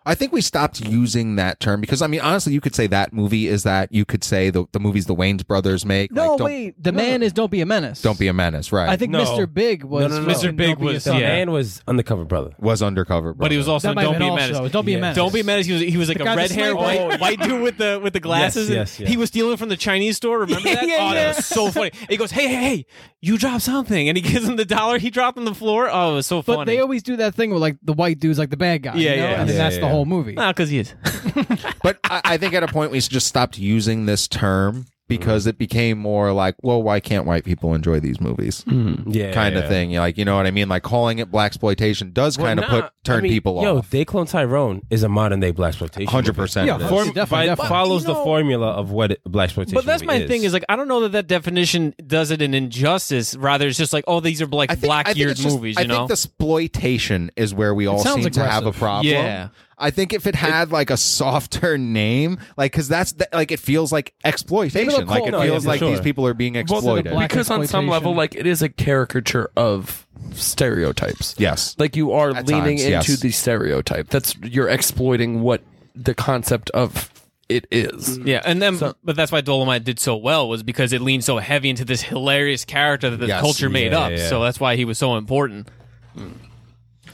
A: I think we stopped using that term because I mean, honestly, you could say that movie is that. You could say the the movies the Wayne's brothers make.
B: no
A: like, don't,
B: wait. The man is don't be a menace.
A: Don't be a menace, right?
B: I think
C: No.
B: Mr. Big was
C: no, no.
B: fucking
F: Mr. Big
B: Don't Be a
F: was-
B: Sucker.
C: The
F: yeah.
C: man was undercover brother.
A: was undercover,
F: But he was also
B: That
F: in
B: might have
F: Don't Be
B: been
F: a
B: also.
F: menace.
B: Don't be a menace.
F: Don't be a menace. He was, he was like
B: The guy
F: a
B: with
F: red
B: the
F: hair,
B: sniper.
F: white,
B: Oh, yeah.
F: white dude with the with the glasses. and
C: yes, yes.
F: He was stealing from the Chinese store. Remember that?
B: Yeah, yeah.
F: oh, that was so funny. And he goes, "Hey, hey, hey, you dropped something," and he gives him the dollar he dropped on the floor. Oh, it was so
B: But
F: funny.
B: they always do that thing where like the white dude's like the bad guy.
F: Yeah,
B: you know? And
F: yeah.
B: then
C: Yeah,
B: that's
C: yeah,
B: the
C: yeah.
B: whole movie.
F: Nah, because he is.
A: but I, I think at a point we just stopped using this term because it became more like, well, why can't white people enjoy these movies?
C: Yeah.
A: Kind of
C: yeah.
A: thing. Like, you know what I mean? Like calling it black exploitation does kind of
C: Nah,
A: put turn
C: I mean,
A: people
C: Yo,
A: off.
C: Dayclone Tyrone is a modern day black exploitation.
A: Hundred percent.
B: Yeah,
C: Form,
B: Definitely,
C: by-
B: definitely.
C: follows
F: But, you
C: the
F: know-
C: formula of what black exploitation.
F: But that's my thing is like I don't know that that definition does it an injustice. Rather, it's just like oh these are like
A: I think,
F: black
A: I think
F: geared
A: it's just-
F: movies.
A: I
F: You know,
A: think the exploitation is where we all seem
B: sounds
A: to have a
B: aggressive.
A: problem.
F: Yeah.
A: I think if it had like a softer name, like because that's the, like it feels like exploitation.
B: Maybe
A: Like
B: they'll
A: it
B: call-
A: feels
C: No, yeah,
A: like
C: sure.
A: these people are being exploited.
B: black-
D: Because on some
B: Exploitation.
D: level, like it is a caricature of stereotypes.
A: yes.
D: Like you are
A: At
D: leaning
A: times,
D: into
A: yes.
D: the stereotype. That's you're exploiting what the concept of it is.
F: Yeah, and then but that's why Dolomite did so well was because it leaned so heavy into this hilarious character that the
A: Yes.
F: culture made
C: Yeah,
F: up.
C: yeah.
F: So that's why he was so important.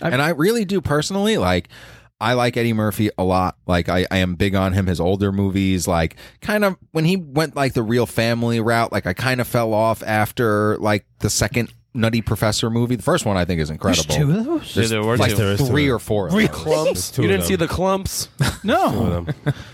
A: and I really do personally like. I like Eddie Murphy a lot. Like I, I am big on him. His older movies, like kind of when he went like the real family route, like I kind of fell off after like the second Nutty Professor movie. The first one I think is incredible.
B: Two of those?
F: Yeah, there were
A: like
F: two.
C: is
A: three
C: two.
A: or four. Of those.
C: clumps.
D: You didn't see the clumps.
B: No.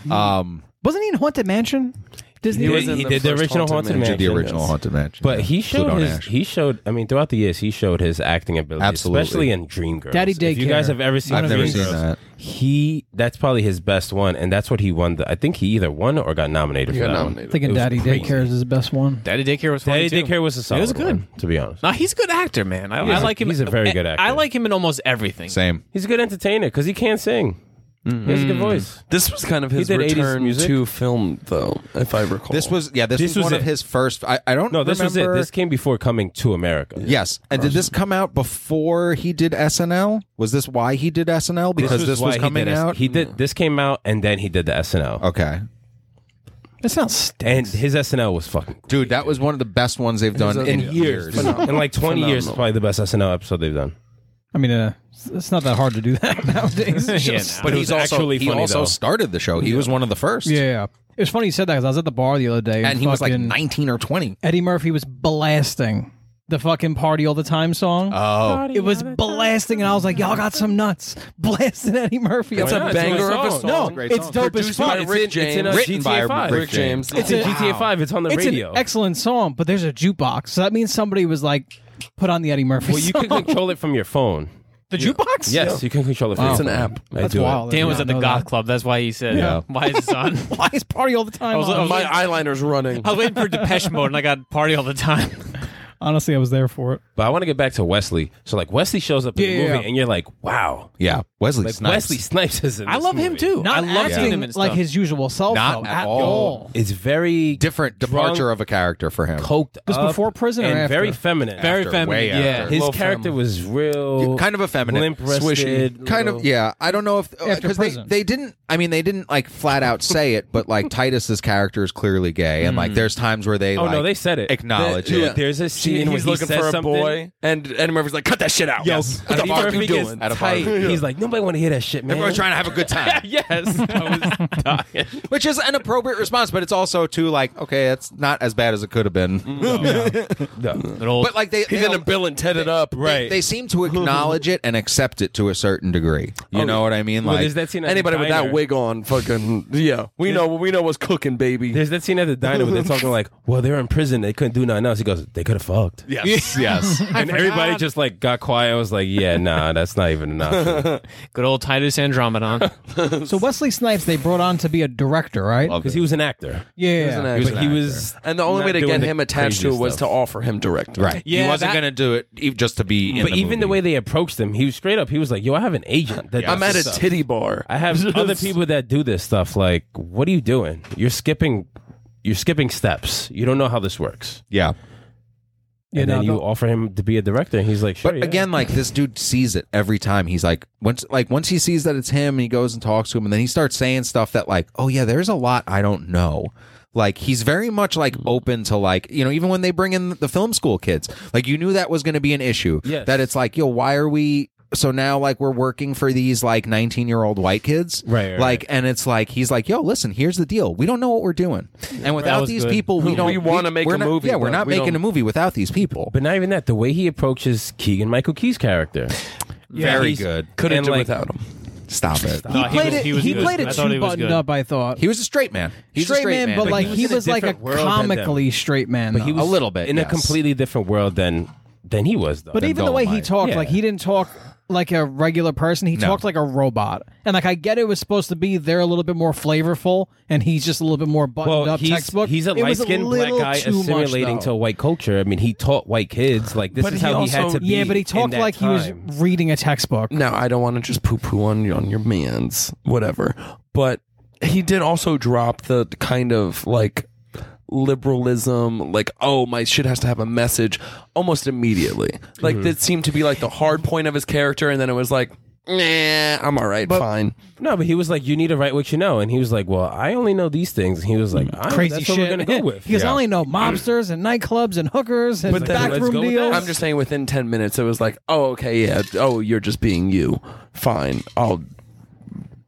C: them.
A: Um,
B: Wasn't he in Haunted Mansion? Disney.
D: He
C: He,
D: was in
C: he
D: the
C: did the
D: first
C: original
D: Haunted
C: Haunted
D: Mansion.
A: did the
C: Mansion.
A: original Haunted Mansion,
C: But
A: yeah.
C: he showed
A: Pluto and
C: his,
A: Ash.
C: he showed. I mean, throughout the years, he showed his acting ability,
A: Absolutely.
C: especially in Dreamgirls.
B: Daddy
C: If you
B: Daycare.
C: guys have ever seen,
A: I've never
C: Dreamgirls,
A: seen that.
C: He that's probably his best one, and that's what he won. The, I think he either won or got nominated
D: You
C: for
D: got
C: that
D: nominated.
C: It
B: Thinking
C: was
B: Daddy
C: crazy.
B: Daycare is his best one.
F: Daddy Daycare was
C: one.
F: funny
C: Daddy
F: too.
C: Daycare was a solid.
F: was good.
C: one, to be honest.
F: No, he's a good actor, man. I,
C: He's
F: I
C: a-
F: like him.
C: he's a very good actor.
F: I like him in almost everything.
A: Same.
C: He's a good entertainer because he can sing. He has a
A: Mm.
C: good voice.
D: This was kind of his
C: did 80s
D: return
C: music.
D: to film, though, if I recall.
A: This was yeah. This,
C: This
A: was,
C: was
A: one
C: it.
A: of his first. I, I don't
C: No, this was it.
A: remember-
C: This came before coming to America.
A: Yes, and did this come out before he did SNL? Was this why he did SNL? Because this was,
C: why he
A: coming
C: did S-
A: out. Oh,
C: He did this came out, and then he did the SNL.
A: okay,
B: That sounds st-
C: And his SNL was fucking
A: dude, that was one of the best ones they've done in years.
C: in like twenty years. It's probably the best SNL episode they've done.
B: I mean, uh, it's- it's not that hard to do that nowadays. It's
F: Yeah,
B: just-
F: no.
A: But
C: it
A: he's
C: was
A: also
C: actually
A: he
C: funny,
A: also
C: though.
A: started the show. He was one of the first.
B: yeah, yeah. It was funny you said that because I was at the bar the other day, and,
A: and he was like
B: fucking
A: nineteen or twenty.
B: Eddie Murphy was blasting the fucking "Party All the Time" song.
A: Oh,
B: it was blasting, and I was like, "Y'all got some nuts!" Blasting Eddie Murphy.
D: It's
B: I'm
D: a
B: like,
D: banger of
C: song.
D: a
C: It's a
D: song.
B: No,
A: great
B: it's
A: song.
B: dope as
D: Produced
B: fuck.
D: by
B: It's-
D: Rick
C: it's in
D: James.
C: a
A: written
C: GTA
A: by
C: five.
A: Rick
D: Rick James.
A: James.
C: It's in GTA Five. It's on the
B: it's
C: radio.
B: an excellent song, but there's a jukebox, so that means somebody was like, "Put on the Eddie Murphy."
C: well, you
B: song.
C: can control it from your phone.
F: The jukebox?
C: Yes, you can control the frequency.
D: an app.
C: I
B: That's
C: do it.
B: wild. I did
F: Dan was
B: not
F: at the
B: know that.
F: goth club. That's why he said,
A: Yeah.
F: "Why is this on?"
B: Why is party all the time?
F: I was-
B: on?
F: I was-
D: Oh, My eyeliner's running.
F: I was waiting for Depeche Mode, and I got party all the time.
B: Honestly, I was there for it.
C: But I want to get back to Wesley. So like Wesley shows up in
B: Yeah,
C: the
B: yeah,
C: movie,
B: yeah.
C: and you're like, wow,
A: Yeah, Wesley
C: like
A: Snipes.
C: Wesley Snipes is. In
F: I
C: this
F: love him
C: movie.
F: too. I
B: Not
F: love
B: acting
F: seeing him and stuff.
B: like his usual self.
A: Not
B: though,
A: at all.
C: It's very
A: Different departure
C: Drunk.
A: of a character for him.
C: coked
B: Was
C: up
B: before prison or
C: and
B: after?
C: very feminine.
F: Very
A: After,
F: feminine,
A: way
F: yeah.
A: after.
C: His
D: Little
C: character
D: femme.
C: was real
A: kind of effeminate,
C: limp wristed,
A: kind of yeah i don't know if
B: After
A: because they,
B: prison.
A: they didn't i mean they didn't like flat out say it but like titus's character is clearly gay and like there's times where they
C: Oh
A: like
C: no, they said it.
A: acknowledge
D: They-
A: it
D: yeah.
C: There's a
D: She-
C: scene where
D: he's
C: he
D: looking
C: says
D: for a
C: something-
D: boy, and Eddie Murphy's like, "Cut that shit out."
A: Yes.
D: What the
A: Eddie
D: fuck are
A: Murphy
D: you
A: gets
D: doing?
A: at a
C: Tight.
A: barbecue.
C: He's like, nobody want to hear that shit, man.
A: everyone's trying to have a good time
F: yes, I was dying.
A: which is an appropriate response but it's also too like okay that's not as bad as it could have been
C: No.
F: An old-
A: but like they
D: He's
A: they,
D: in a bill and Ted it up.
A: they- they seem to acknowledge it and accept it to a certain degree you know what i mean
C: Oh, Well,
A: like
C: there's that scene. at the
D: Anybody with
C: diner.
D: that wig on, fucking yeah. We know. We know what's cooking, baby.
C: There's that scene at the diner where they're talking like, well, they're in prison. They couldn't do nothing else. He goes, they could have fucked.
D: Yes.
C: Yes. and everybody
F: forgot.
C: just like got quiet. I was like, yeah, nah, that's not even enough.
F: good old Titus Andromedon.
B: So Wesley Snipes, they brought on to be a director, right?
C: Because he was an actor.
B: yeah.
D: an actor.
C: but he was.
D: And the only
C: not
D: way to
C: doing
D: get
C: the
D: him attached to it
C: craziest
D: was
C: stuff.
D: to offer him director.
A: right
F: Yeah,
A: he wasn't
F: that-
A: gonna do it e- just to be in
C: But even the
A: movie.
C: way they approached him, he was straight up. He was like, yo, I have an agent. That
D: I'm at
C: does
D: a
C: this stuff.
D: titty bar.
C: I have other people that do this stuff. Like, what are you doing? You're skipping. You're skipping steps. You don't know how this works.
A: yeah
C: and
B: no,
C: then you
B: no.
C: offer him to be a director, and he's like, sure.
A: But
C: yeah.
A: again, like this dude sees it every time. He's like, once like once he sees that it's him, and he goes and talks to him, and then he starts saying stuff that like, oh yeah, there's a lot I don't know. Like he's very much like
C: Mm.
A: open to like you know even when they bring in the film school kids, like you knew that was going to be an issue.
C: Yes.
A: That it's like, yo, why are we? So now, like, we're working for these like 19 year old white kids,
C: Right, right,
A: like, and it's like he's like, "Yo, listen, here's the deal. We don't know what we're doing, and without
C: was
A: these
C: good.
A: people, we don't.
D: wanna make
A: we're
D: a
A: not-
D: movie,
A: Yeah, we're
D: but
A: not
D: we
A: making
D: don't-
A: a movie without these people.
C: But not even that. The way he approaches Keegan Michael Key's character,
A: Very
C: he's-
A: good.
D: Couldn't
C: and,
D: do
C: like,
D: without him.
A: Stop it.
F: No,
B: He played
F: was-
B: it.
F: was
B: He
F: good.
B: played
F: I
B: it
F: thought he
B: too
F: was
B: buttoned
F: good.
B: up. I thought
A: He was a straight man. He's
B: straight,
A: a straight
B: man, but like
C: was
B: he
C: in a
B: was like a
C: different world than them.
B: comically straight man.
C: He
B: though.
C: was
A: A little bit,
C: in
A: yes.
C: a completely different world than than he was. Though.
B: But
A: than
B: even the way he
A: Dolomite.
B: talked,
C: Yeah.
B: like he didn't talk like a regular person. He talked like a robot. And like I get it was supposed to be they're a little bit more flavorful, and he's just a little bit more buttoned
C: well,
B: up.
C: he's,
B: textbook.
C: he's a
B: It
C: light
B: was
C: skinned black
B: little
C: guy
B: too much,
C: assimilating
B: though.
C: to white culture. I mean, he taught white kids like this
D: But
C: is
D: he
C: how he had
D: also-
C: to be.
B: Yeah, but he
C: in
B: talked
C: that
B: like he
C: time.
B: was reading a textbook.
D: Now I don't want to just poo poo on on your man's whatever, but he did also drop the kind of like liberalism, like oh my shit has to have a message, almost immediately. Like
C: Mm-hmm.
D: that seemed to be like the hard point of his character, and then it was like, nah, I'm all right, fine.
C: No, but he was like, "You need to write what you know," and he was like, "Well, I only know these things." And he was like, I,
B: Crazy
C: that's
B: shit.
C: What we're gonna go with.
B: Because I only know mobsters and nightclubs and hookers and
C: But then let's
B: backroom
C: go with
B: deals.
C: that.
D: I'm just saying, within ten minutes, it was like, oh okay, yeah, oh you're just being you, fine. I'll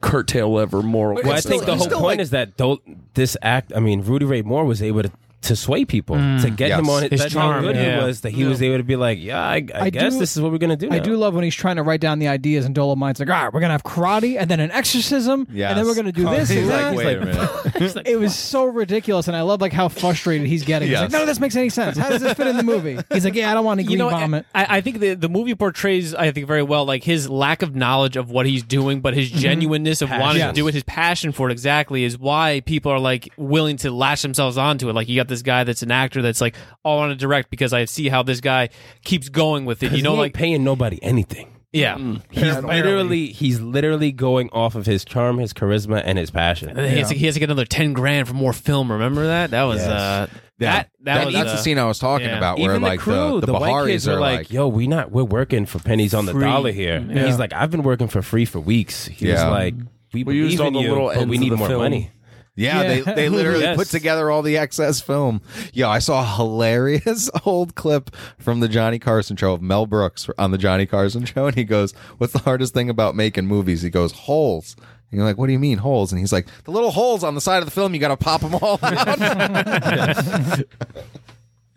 D: curtail ever moral.
C: Well, I think the
A: he's
C: whole
A: still,
C: point
A: like-
C: is that do this act. I mean, Rudy Ray Moore was able to. To sway people
B: Mm.
C: to get
A: Yes.
C: him on it.
F: His
C: That's
F: charm,
C: how good
F: yeah.
C: he was that he was able to be like, yeah, I, I,
B: I
C: guess
B: do-
C: this is what we're gonna do.
B: I
C: now."
B: do love when he's trying to write down the ideas, and Dolomite's like, "All right, we're gonna have karate, and then an exorcism, and then we're gonna do this." and that.
A: a minute.
B: it was so ridiculous, and I love like how frustrated he's getting. He's like,
A: Yes.
B: "None of this makes any sense. How does this fit in the movie?" He's like, "Yeah, I don't want to green
F: you know, eh,
B: vomit."
F: I, I think the the movie portrays, I think, very well, like his lack of knowledge of what he's doing, but his genuineness of wanting to
C: Passion.
F: do it, his Mm-hmm. passion for it, exactly, is why people are like willing to lash themselves onto it. Like you got this guy that's an actor that's like, oh, I want to direct because I see how this guy keeps going with it. You
C: He
F: know,
C: ain't
F: like
C: paying nobody anything.
F: yeah,
C: He's literally he's literally going off of his charm, his charisma, and his passion.
F: And he, has to, he has to get another ten grand for more film. Remember that? That was uh, that that
A: That-
F: was
A: that's
F: uh,
A: the scene I was talking
F: yeah.
A: about, where
C: Even
A: like
C: the crew,
A: the,
C: the, white
A: Baharis
C: kids are like, "Yo, we not we're working for pennies on the
F: Free.
C: dollar here." And He's like, "I've been working for free for weeks." He was
A: Yeah.
C: like, "We, believe
D: used all
C: in
D: the
C: you,
D: little
C: but
D: ends
C: we
D: of
C: need
D: the
C: more
D: film.
C: money."
A: yeah,
B: Yeah.
A: they they literally
C: Yes.
A: put together all the excess film. Yo, I saw a hilarious old clip from the Johnny Carson show of Mel Brooks on the Johnny Carson show, and he goes, "What's the hardest thing about making movies?" He goes, "Holes." And you're like, "What do you mean holes?" And he's like, "The little holes on the side of the film, you got to pop them all out."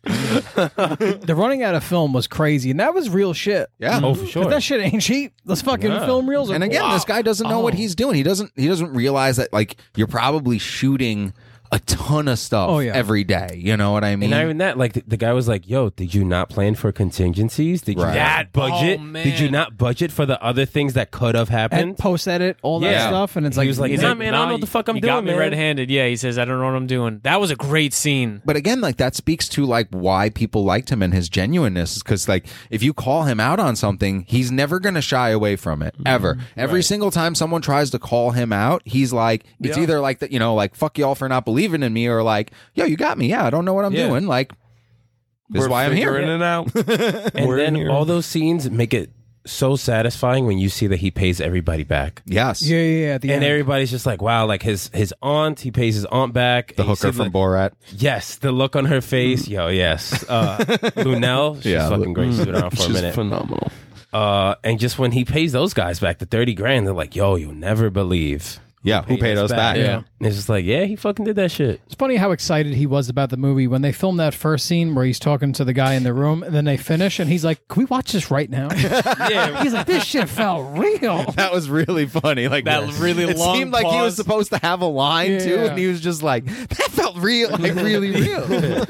B: the running out of film was crazy, and that was real shit.
A: yeah.
C: Oh, for
B: 'Cause
C: sure.
B: that shit ain't cheap. Those fucking film reels. Are
A: And again,
B: wow.
A: this guy doesn't know what he's doing. He doesn't he doesn't realize that like you're probably shooting a ton of stuff
B: Oh, yeah.
A: every day. You know what I mean?
C: And not even that, like the, the guy was like, "Yo, did you not plan for contingencies? Did you
A: Right.
C: not budget?
F: Oh,
C: did you
F: man.
C: not budget for the other things that could have happened?"
B: and post edit all that
C: Yeah.
B: stuff, and it's
C: He
B: like,
C: was like,
F: He's
C: "Nah,
F: like,
C: man, I don't know what the fuck I'm
F: you
C: doing,
F: Got me
C: man."
F: red-handed. Yeah, he says, I don't know what I'm doing. That was a great scene.
A: but again like that speaks to like why people liked him and his genuineness because like if you call him out on something he's never going to shy away from it ever every single time someone tries to call him out he's like it's either like that you know like fuck y'all for not believing in me or like yo you got me yeah i don't know what i'm doing like this is why i'm here
D: Figuring it out.
C: and
D: We're in
C: then
D: here.
C: all those scenes make it so satisfying when you see that he pays everybody back.
A: yes
B: yeah, yeah, yeah. At the
C: And
B: end.
C: everybody's just like, wow, like his his aunt, he pays his aunt back.
A: the
C: And you
A: hooker
C: see,
A: from
C: like,
A: borat
C: yes, the look on her face, yo, yes. Uh, Lunel, she's
A: Yeah,
C: fucking great. She's been around for a
D: Just
C: minute.
D: phenomenal.
C: Uh, and just when he pays those guys back the thirty grand, they're like, yo, you'll never believe.
A: yeah who paid us back,
C: Yeah. And it's just like, yeah, he fucking did that shit.
B: It's funny how excited he was about the movie when they filmed that first scene where he's talking to the guy in the room, and then they finish, and he's like, "Can we watch this right now?" yeah, he's like, "This shit felt real."
A: That was really funny. Like
F: That really
A: it
F: long
A: seemed like he was
F: pause.
A: supposed to have a line too,
B: Yeah.
A: and he was just like, "That felt real, like really real."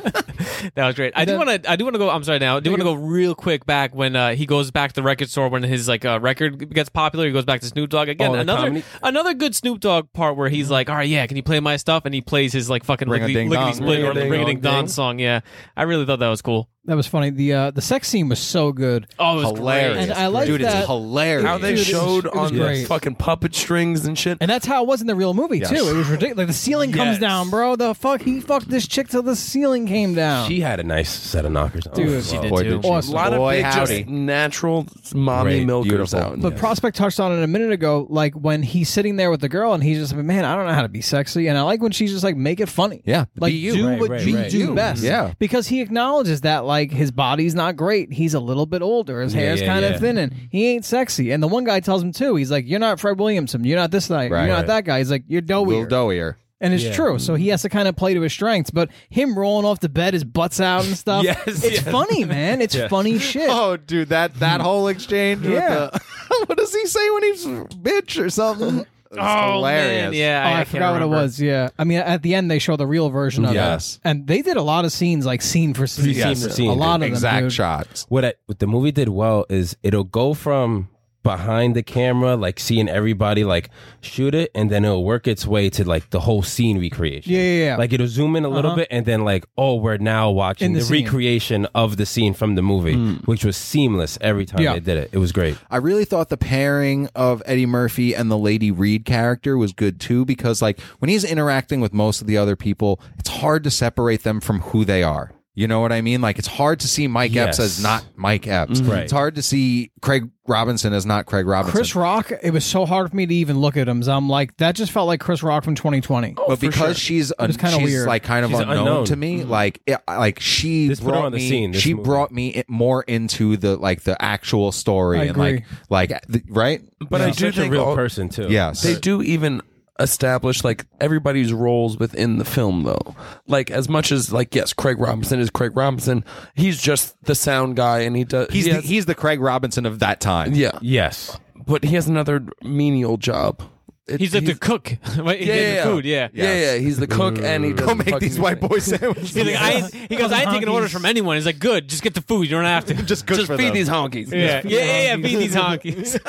F: That was great. I do want to. I do want to go. I'm sorry. Now I do want to go real quick back when uh, he goes back to the record store when his like uh, record gets popular. He goes back to Snoop Dogg again.
C: Oh, the
F: another
C: comedy?
F: another good Snoop Dogg part where he's like, "All right, yeah, can you play my stuff?" And he plays his like fucking
A: Ring a
F: lickety,
A: ding
F: lickety
A: dong.
F: split or
D: Ring a ding
F: ring a ding
D: dong
F: dong
D: ding.
F: song. Yeah, I really thought that was cool.
B: That was funny. The uh, the sex scene was so good.
F: Oh, it was
A: hilarious,
F: Great.
B: And I like
A: dude.
B: that-
A: It's hilarious.
D: How
B: Dude,
D: they
B: it was-
D: showed
B: it was
D: on the
B: great.
D: fucking puppet strings and shit.
B: And that's how it was in the real movie
A: Yes.
B: too. It was ridiculous. Like the ceiling comes
C: Yes.
B: down, bro. The fuck he fucked this chick till the ceiling came down.
C: She had a nice set of knockers. on.
B: Dude.
F: She did
A: Oh, Boy,
F: too.
A: did she.
D: a
B: Awesome.
D: lot
A: Boy,
D: of big,
A: howdy.
D: just natural mommy
C: Great,
D: milkers
A: beautiful.
D: out.
B: But Prospect touched on it a minute ago, like when he's sitting there with the girl and he's just like, man, I don't know how to be sexy. And I like when she's just like, make it funny.
A: Yeah,
B: Like,
A: be you.
B: do
C: Right,
B: what
C: right,
B: you
C: right.
B: do
A: You.
B: best.
A: Yeah.
B: Because he acknowledges that, like, his body's not great. He's a little bit older. His
C: Yeah,
B: hair's
C: yeah,
B: kind
C: yeah.
B: of thinning. He ain't sexy. And the one guy tells him, too, he's like, you're not Fred Williamson. You're not this guy.
A: Right.
B: you're not
A: Right.
B: that guy. He's like, you're
A: Little
B: doughy.
A: doughier.
B: and it's
C: Yeah.
B: true. So he has to kind of play to his strengths. But him rolling off the bed, his butt's out and stuff.
C: Yes,
B: it's
C: yes.
B: funny, man. It's funny shit.
A: Oh, dude, that that whole exchange.
B: Yeah.
A: With the, what does he say when he's bitch or something? It's
F: Oh
A: hilarious.
F: man, yeah.
B: Oh, I,
F: I, can't
B: forgot what it
F: remember.
B: was. Yeah, I mean, at the end they show the real version of
A: Yes.
B: it, and they did a lot of scenes, like scene for scene,
C: Yes. Scene for scene.
B: a lot of them,
A: Exact
B: dude.
A: shots.
C: what, I, what the movie did well is it'll go from behind the camera, like seeing everybody like shoot it, and then it'll work its way to like the whole scene recreation.
B: Yeah, yeah, yeah.
C: Like it'll zoom in a little
B: Uh-huh.
C: bit, and then like, oh, we're now watching
B: In the
C: the,
B: scene. Hmm.
C: recreation of the scene from the movie, which was seamless every time
B: Yeah.
C: they did it. It was great.
A: I really thought the pairing of Eddie Murphy and the Lady Reed character was good too, because like when he's interacting with most of the other people, it's hard to separate them from who they are. You know what I mean? Like it's hard to see Mike
C: Yes. Mm-hmm.
A: Epps as not Mike Epps.
C: Right.
A: It's hard to see Craig Robinson as not Craig Robinson.
B: Chris Rock, it was so hard for me to even look at him. So I'm like, that just felt like Chris Rock from 2020.
A: but because she's un-
B: was kinda
A: she's
B: weird.
A: like kind of
C: She's
A: unknown,
C: unknown.
A: to me, like it, like she
C: This put her
A: brought
C: on the
A: me,
C: scene, this
A: she
C: movie.
A: brought me it more into the like the actual story
B: I
A: and
B: agree.
A: like like the, right
D: But I
C: She's
D: do
C: such a
D: think
C: real
D: all-
C: person too.
A: yes
D: they do even establish like everybody's roles within the film though like as much as like yes craig robinson is craig robinson he's just the sound guy and he does
A: he's
D: he
A: the,
D: has-
A: he's the Craig Robinson of that time.
D: yeah
C: Yes.
D: but he has another menial job It-
F: He's like the cook. Right? He
D: yeah,
F: did the
D: yeah, yeah.
F: food. Yeah.
D: yeah yeah he's the cook and he
A: Go make these white boy
F: He's
A: sandwiches.
F: like, I ain't- he goes, I ain't taking orders from anyone. He's like, good, just get the food. You don't have to.
A: Just cook for
D: feed
A: them.
D: these honkies
F: yeah, yeah, yeah, yeah. Feed these honkies.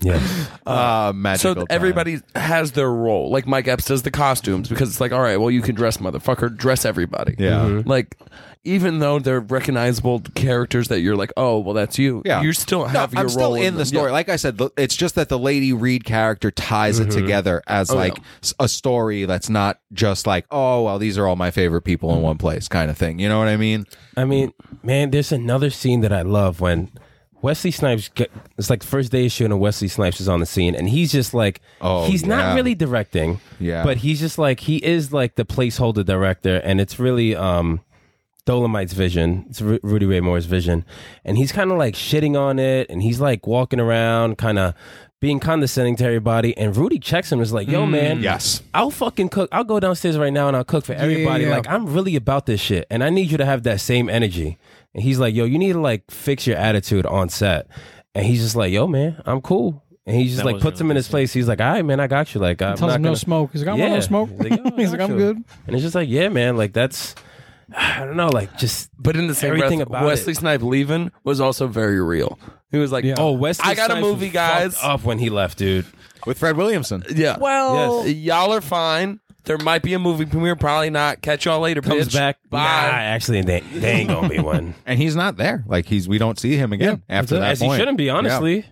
C: Yes.
A: uh,
D: so
A: magical. time.
D: everybody has their role like mike epps does the costumes because it's like all right well you can dress motherfucker dress everybody
A: Yeah.
D: like even though they're recognizable characters that you're like oh well that's you
A: Yeah.
D: you still
A: No,
D: have your
A: I'm still
D: role
A: in the
D: them.
A: story.
D: Yeah.
A: Like I said, the- it's just that the Lady Reed character ties it together as like s- a story that's not just like, oh, well, these are all my favorite people in one place kind of thing. You know what I mean?
C: I mean, man, there's another scene that I love when Wesley Snipes. Get, it's like the first day of shooting, and Wesley Snipes is on the scene, and he's just like,
A: Oh,
C: he's
A: yeah.
C: not really directing,
A: Yeah.
C: but he's just like he is like the placeholder director, and it's really um, Dolomite's vision. It's Ru- Rudy Ray Moore's vision, and he's kind of like shitting on it, and he's like walking around, kind of being condescending to everybody, and Rudy checks him, and is like, "Yo, man,
A: Mm. yes.
C: I'll fucking cook. I'll go downstairs right now and I'll cook for everybody.
B: yeah, yeah.
C: Like I'm really about this shit, and I need you to have that same energy. And he's like, "Yo, you need to like fix your attitude on set." And he's just like, "Yo, man, I'm cool." And he just
F: That
C: like
F: was
C: puts
F: really
C: him in his place. He's like, "All right, man, I got you." Like, I'm
B: Tells
C: not
B: him no
C: gonna-
B: smoke. He's like, I want no smoke.
C: He's like, "Oh, I
B: He's like,
C: got
B: I'm
C: you."
B: good.
C: And it's just like, yeah, man, like that's, I don't know, like just
D: But in the same
C: Everything
D: breath,
C: about
D: Wesley
C: it.
D: Snipe leaving was also very real. He was like,
B: Yeah.
D: "Oh,
C: oh, West.
D: I got a movie, guys.
C: Up when he left, dude.
A: with Fred Williamson.
D: yeah,
C: Well- Yes.
D: y'all are fine. There might be a movie premiere, probably not. Catch y'all later.
C: Comes
D: bitch.
C: back.
D: Bye."
C: Nah, actually, they, they ain't gonna be one.
A: And he's not there. Like he's we don't see him again after that
C: As
A: point.
C: he shouldn't be, honestly.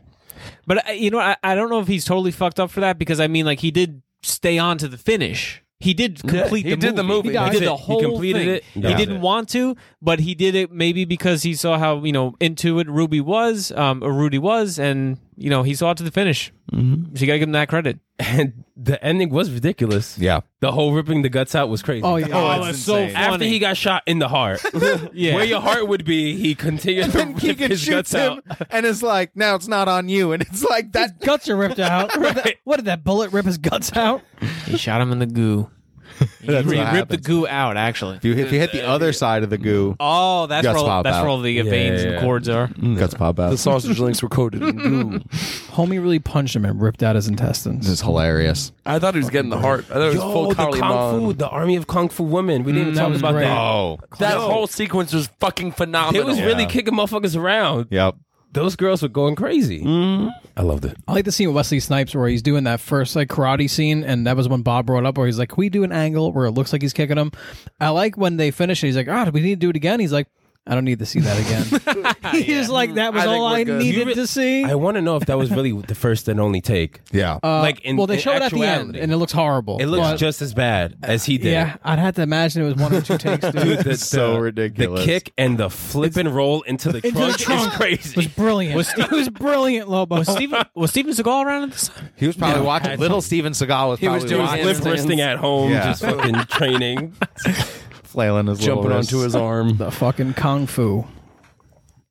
F: But uh, you know, I, I don't know if he's totally fucked up for that because I mean, like he did stay on to the finish. He did complete.
D: he
F: the
D: did the movie.
F: He,
D: That's
F: did
C: it.
F: the
C: He
F: whole
C: completed
F: thing.
C: it.
F: He
C: That's
F: didn't
C: it.
F: want to, but he did it maybe because he saw how you know into it Ruby was, um, or Rudy was, and you know he saw it to the finish. Mm-hmm. So you gotta give him that credit.
C: And the ending was ridiculous.
A: Yeah.
C: The whole ripping the guts out was crazy.
B: Oh yeah.
F: Oh, it's so
C: After he got shot in the heart,
F: Yeah.
C: where your heart would be, he continued to
A: Then
C: rip
A: Keegan
C: his
A: shoots
C: guts
A: him,
C: out.
A: and it's like, now it's not on you, and it's like that.
B: guts are ripped out. What did that- what did that bullet rip his guts out?
F: he shot him in the goo. he
A: That's what
F: ripped the
A: happens.
F: goo out actually.
A: If you, if you hit the other side of the goo,
F: Oh, that's
A: Guts
F: where all,
A: pop
F: that's
A: out.
F: where all the uh,
C: Yeah,
F: veins
C: yeah.
F: and cords are.
A: mm, guts pop out.
D: The
A: This
D: sausage links were coated in goo.
B: Homie really punched him and ripped out his intestines.
A: is hilarious.
D: I thought he was getting the heart. I thought it was full
C: the
D: Kali
C: kung
D: Mon.
C: fu, the army of kung fu women. We didn't even
B: that
C: talk
B: was
C: about
B: great.
C: that.
A: Oh,
D: That whole sequence was fucking
C: They
D: phenomenal.
C: was really kicking motherfuckers around.
A: yep.
C: Those girls were going crazy. I loved it.
B: I like the scene with Wesley Snipes where he's doing that first like karate scene, and that was when Bob brought up where he's like, "Can we do an angle where it looks like he's kicking him?" I like when they finish it. He's like, "Ah, do we need to do it again?" He's like, "I don't need to see that again." he's just like, "That was
D: I think
B: all
D: we're
B: I
D: good."
B: needed
C: You re-
B: to see."
C: I want to know if that was really the first and only take.
A: Yeah.
B: Uh,
C: like, in-
B: well, they
C: in
B: showed it at the end,
C: actuality.
B: and it looks horrible.
C: It looks
B: But-
C: just as bad as he did.
B: yeah. I'd have to imagine it was one or two takes. Dude.
C: Dude,
B: it
C: the,
A: It's so
C: the-
A: ridiculous.
C: The kick and the flip and roll into the
B: the
C: trunk,
B: trunk.
C: is
B: was
C: crazy.
B: brilliant. it was brilliant, Lobo.
F: Was Steven was Steven Seagal around at this time?
A: He was probably watching. Little Steven Seagal was
C: He
A: probably
C: was doing
A: watching-
C: lip wristing at home,
A: Yeah.
C: just fucking training.
A: flailing his
D: jumping
A: little
D: onto
A: wrists.
D: his arm.
B: the fucking kung fu.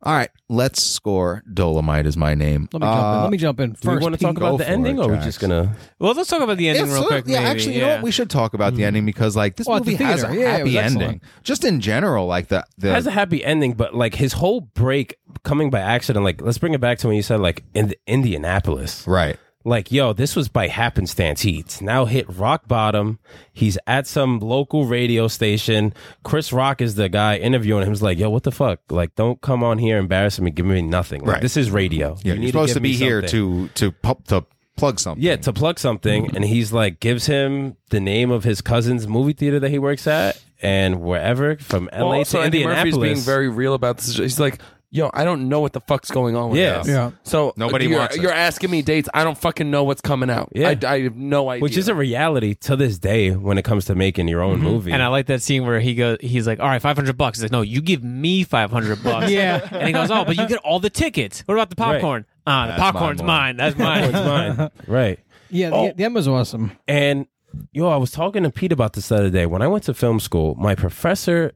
A: All right, let's score. Dolomite is my name. Uh,
B: Let me jump in. Let me jump in
C: Uh, Do we
B: first.
C: want to talk
B: Pete.
A: go
C: about
A: for
C: the ending,
A: it,
C: or we are
A: Jax.
C: just gonna?
F: Well, let's talk about the ending
A: Yeah,
F: real
A: so-
F: quick.
A: Yeah,
F: maybe.
A: actually, you know
F: Yeah.
A: what? We should talk about the ending because, like, this
B: Oh, at the
A: movie has a
B: theater. Yeah, it
A: happy
B: was excellent.
A: ending. Just in general, like the the
C: It has a happy ending, but like his whole break coming by accident. Like, let's bring it back to when you said like in Indianapolis.
A: right.
C: Like, yo, this was by happenstance. He's now hit rock bottom. He's at some local radio station. Chris Rock is the guy interviewing him. He's like, yo, what the fuck? Like, don't come on here, embarrass me, give me nothing. Like,
A: Right.
C: this is radio.
A: Yeah,
C: You
A: you're
C: need
A: supposed
C: give
A: to be
C: me
A: here
C: something.
A: to to pump to plug something.
C: Yeah, to plug something, and he's like gives him the name of his cousin's movie theater that he works at, and wherever from LA
D: Well,
C: to
D: also, Eddie Murphy's
C: Indianapolis.
D: being very real about this. He's like, "Yo, I don't know what the fuck's going on with
C: Yeah.
D: this.
B: Yeah.
D: So
A: Nobody
D: you're,
A: watches.
D: you're asking me dates. I don't fucking know what's coming out.
C: Yeah.
D: I, I have no idea.
C: which is a reality to this day when it comes to making your own movie.
F: And I like that scene where he goes, he's like, "All right, five hundred bucks." He's like, "No, you give me five hundred bucks."
B: Yeah.
F: And he goes, "Oh, but you get all the tickets. What about the popcorn? Ah, the popcorn's
A: mine.
F: mine. That's mine.
C: it's mine, right?
B: Yeah, the,
C: Oh.
B: the end was awesome.
C: And yo, I was talking to Pete about this the other day. When I went to film school, my professor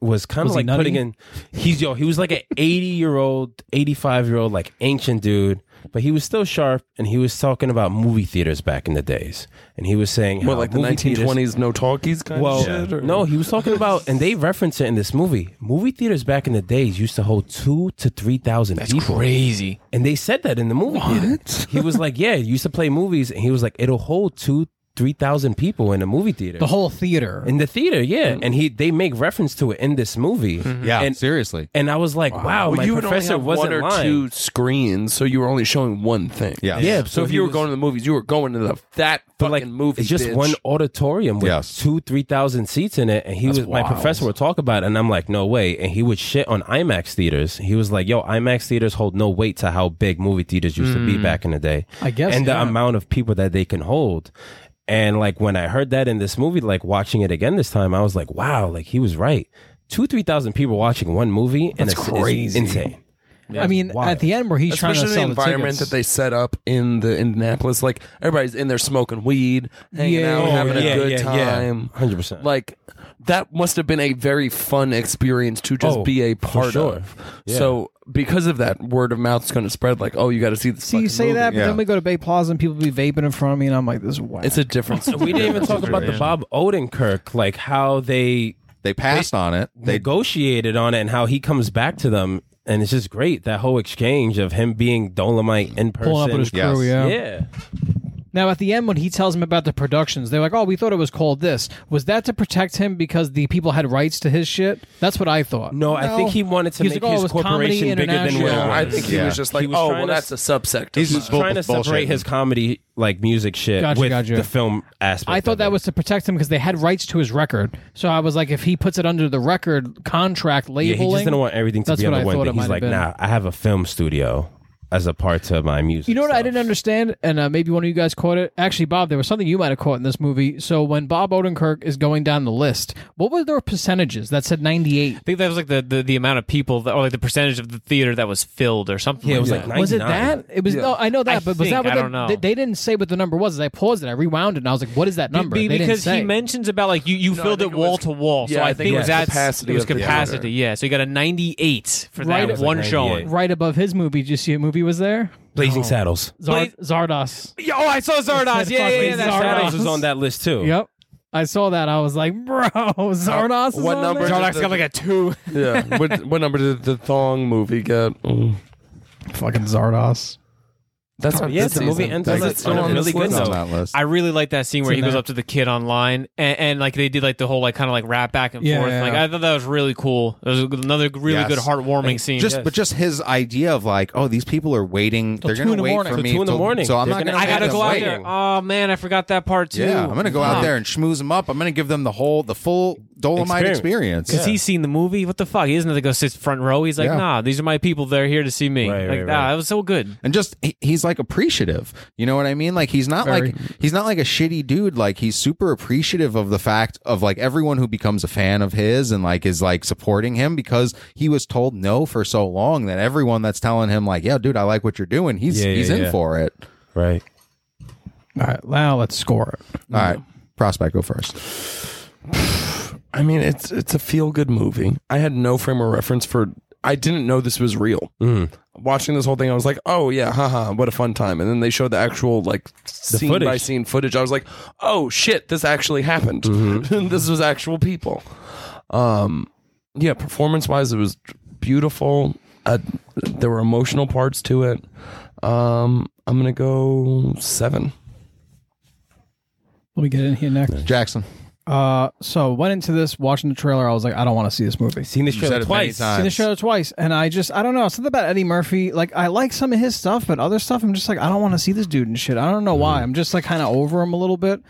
C: was kind of
B: Was he
C: like putting in
B: nutty?
C: he's yo, he was like an 80 year old, 85 year old, like ancient dude, but he was still sharp and he was talking about movie theaters back in the days. And he was saying
D: what
C: how
D: like the
C: movie theaters-
D: 1920s no talkies kind
C: well,
D: of shit. Or?
C: no, he was talking about, and they reference it in this movie. Movie theaters back in the days used to hold two to three thousand people.
F: Crazy.
C: And they said that in the movie theater. He was like, "Yeah, you used to play movies," and he was like, "It'll hold two, three thousand people in a movie theater."
B: The whole theater.
C: in the theater, yeah.
D: Mm-hmm.
C: And he they make reference to it in this movie.
A: yeah.
C: And,
A: seriously.
C: and I was like, "Wow,
D: Well,
C: my
D: you would only
C: professor
D: have
C: wasn't
D: one or
C: lying."
D: two screens, so you were only showing one thing.
A: Yeah.
C: Yeah,
D: So, if
C: he
D: you were
C: was-
D: going to the movies, you were going to the that fucking
C: but, like
D: movie.
C: It's just
D: bitch.
C: one auditorium with
A: Yes.
C: two, three thousand seats in it, and he was my
D: wild.
C: professor would talk about, it, and I'm like, no way, and he would shit on IMAX theaters. He was like, yo, IMAX theaters hold no weight to how big movie theaters used to
D: Hmm.
C: be back in the day.
B: I guess,
C: and the
B: yeah.
C: amount of people that they can hold. And like when I heard that in this movie, like watching it again this time, I was like, wow, like he was right. Two, three thousand people watching one movie, and it's, it's
D: crazy.
C: insane.
B: I mean,
C: wild.
B: at the end where he's trying to
D: Especially the
B: sell
D: environment
B: tickets.
D: that they set up in the Indianapolis, like everybody's in there smoking weed, hanging
B: Yeah.
D: out,
B: Oh,
D: having
C: yeah,
D: a good
C: yeah, yeah.
D: time.
C: 100%.
D: Like that must have been a very fun experience to just
C: Oh,
D: be a
C: for
D: part
C: sure.
D: of.
C: Yeah.
D: So because of that, word of mouth is going to spread. Like, oh, you got to see this.
B: See, you
D: fucking
B: say
D: movie.
B: that, but
A: Yeah.
B: then we go to Bay Plaza and people be vaping in front of me, and I'm like, this is wild.
D: It's a difference.
C: we didn't even talk about the Bob Odenkirk, like how they
A: They passed on it. They
C: negotiated on it and how he comes back to them and it's just great that whole exchange of him being Dolomite in person.
B: Pulling up with his
A: Yes.
B: crew, yeah.
C: yeah.
B: Now, at the end, when he tells him about the productions, they're like, oh, we thought it was called this. Was that to protect him because the people had rights to his shit? That's what I thought.
C: No, I think he wanted to
B: He's
C: make
B: like, oh, it
C: his
B: was Comedy
C: corporation bigger than
B: International.
C: what it
D: I
C: was.
D: think he
A: Yeah.
D: was just like,
C: He was
D: oh,
C: trying
D: well,
C: to-
D: that's a subsector.
A: He's
D: Wow.
A: just bull-
C: trying to
A: bullshit.
C: separate his comedy like music shit
B: Gotcha,
C: with
B: gotcha.
C: the film aspect.
B: I
C: of
B: thought
C: it.
B: that was to protect him because they had rights to his record. So I was like, if he puts it under the record contract
C: Yeah,
B: labeling,
C: he just didn't want everything to
B: That's
C: be on
B: what
C: the
B: I
C: one
B: thought
C: thing.
B: it might
C: He's
B: have
C: like,
B: been.
C: nah, I have a film studio as a part to my music.
B: You know what I
C: stuff."
B: didn't understand, and uh, maybe one of you guys caught it. Actually, Bob, there was something you might have caught in this movie. So when Bob Odenkirk is going down the list, what were their percentages? That said, ninety-eight.
F: I think that was like the, the, the amount of people that, or like the percentage of the theater that was filled or something.
C: Yeah, it
F: like
C: was
F: that.
C: like
B: Was it
C: 99.
B: that? It was. No, I know that,
F: I
B: but was
F: think,
B: that? What
F: I
B: the-
F: don't know.
B: They, they didn't say what the number was. As I paused it, I rewound it, and I was like, "What is that number?"
F: Be-
B: They didn't
F: because
B: say.
F: he mentions about like you, you
D: No, I
F: filled
D: think
F: it
D: it was-
F: wall to wall. So
D: yeah,
F: I,
D: I think it was
F: that's
D: capacity
F: It was
D: of the
F: capacity.
D: theater.
F: yeah. So you got a 98 for
B: Right. It
F: that
B: was
F: one
C: like
F: showing.
C: 98.
B: right above his movie. Did you see a movie was there?
C: Blazing Saddles.
B: Zar-
F: Wait.
B: Zardos.
F: Yeah, Oh, I saw Zardoz. Yeah, yeah, yeah.
B: Blazing
F: That's
B: Zardoz.
F: right.
C: Saddles is on that list too.
B: Yep. I saw that. I was like, "Bro, Zardos." is
D: what
B: on
D: number?
B: there?
F: Zardoz got like a two.
D: yeah. What, what number did the thong movie get? Mm.
B: Fucking Zardos.
D: That's not
C: Yeah,
D: this
C: the movie
D: season.
C: ends
D: That's
C: on
D: it.
C: that-
D: still
C: on a
D: on this
C: really good
D: list?
C: note.
A: on that list.
F: I really like that scene where
B: in
F: he goes
B: there.
F: up to the kid online and, and like they did like the whole like kind of like rap back and
B: Yeah,
F: forth.
B: yeah,
F: Like
B: yeah.
F: I thought that was really cool. It was another really
A: Yes.
F: good heartwarming scene.
A: just
C: Yes.
A: but just his idea of like, oh, these people are waiting. They're
B: two
A: gonna
B: in the
A: wait
B: morning.
A: for
B: Till
A: me.
C: two in the
A: till-
C: morning.
A: So I'm
C: They're
A: not
C: gonna
A: gonna.
F: I
A: have
F: gotta
A: them
F: go out
A: waiting.
F: there. Oh man, I forgot that part too.
A: Yeah, I'm gonna go out there and schmooze them up. I'm gonna give them the whole, the full Dolomite
C: Experience.
A: experience.
F: Because he's seen the movie. What the fuck? He doesn't have to go sit front row. He's like,
A: Yeah.
F: nah, these are my people. They're here to see me.
C: Right,
F: like,
C: right,
F: nah,
C: right.
F: that was so good.
A: and just he- he's like appreciative you know what i mean like he's not like he's not like a shitty dude like he's super appreciative of the fact of like everyone who becomes a fan of his and like is like supporting him because he was told no for so long that everyone that's telling him like yeah dude i like what you're doing he's
C: Yeah, yeah,
A: he's in
C: yeah.
A: for it
C: Right.
B: All right, now let's score it.
A: all right prospect go first
D: I mean, it's it's a feel good movie. I had no frame of reference for. I didn't know this was real.
C: Mm.
D: Watching this whole thing, I was like, "Oh yeah, haha, what a fun time!" And then they showed the actual like scene
C: footage.
D: by scene footage. I was like, "Oh shit, this actually happened.
C: Mm-hmm.
D: this was actual people." Um, yeah, performance wise, it was beautiful. Uh, there were emotional parts to it. Um, I'm gonna go seven.
B: Let me get in here next.
A: jackson
B: Uh, so went into this watching the trailer. I was like, I don't want to see this movie. Seen
C: Seen this
A: said
C: trailer
A: it many
C: twice.
A: times.
B: the trailer twice, and I just I don't know something about Eddie Murphy. Like I like some of his stuff, but other stuff I'm just like I don't want to see this dude and shit. I don't know
D: Mm.
B: why. I'm just like kind of over him a little bit.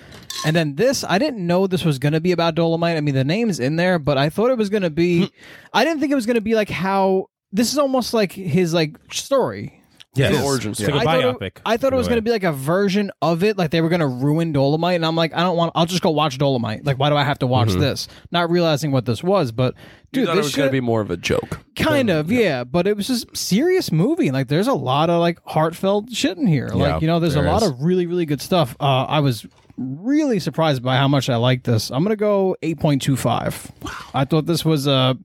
B: And then this, I didn't know this was gonna be about Dolomite. I mean, the name's in there, but I thought it was gonna
D: Hmm.
B: be. I didn't think it was gonna be like how this is almost like his like story.
C: Yes.
D: The origin
C: It's like
D: story.
C: a
B: I
C: biopic.
B: Thought it, I thought it was going to be like a version of it, like they were going to ruin Dolomite, and I'm like, I don't want. I'll just go watch Dolomite. Like, why do I have to watch this? Not realizing what this was, but
D: Mm-hmm. You
B: dude,
D: thought
B: this
D: it was gonna
B: shit-
D: be more of a joke.
B: kind of yeah. but it was just serious movie. Like, there's a lot of like heartfelt shit in here. Like,
A: Yeah,
B: you know, there's
A: there
B: a lot
A: is.
B: of really really good stuff. Uh, I was really surprised by how much I liked this. I'm gonna go 8.25. Wow. I thought this was a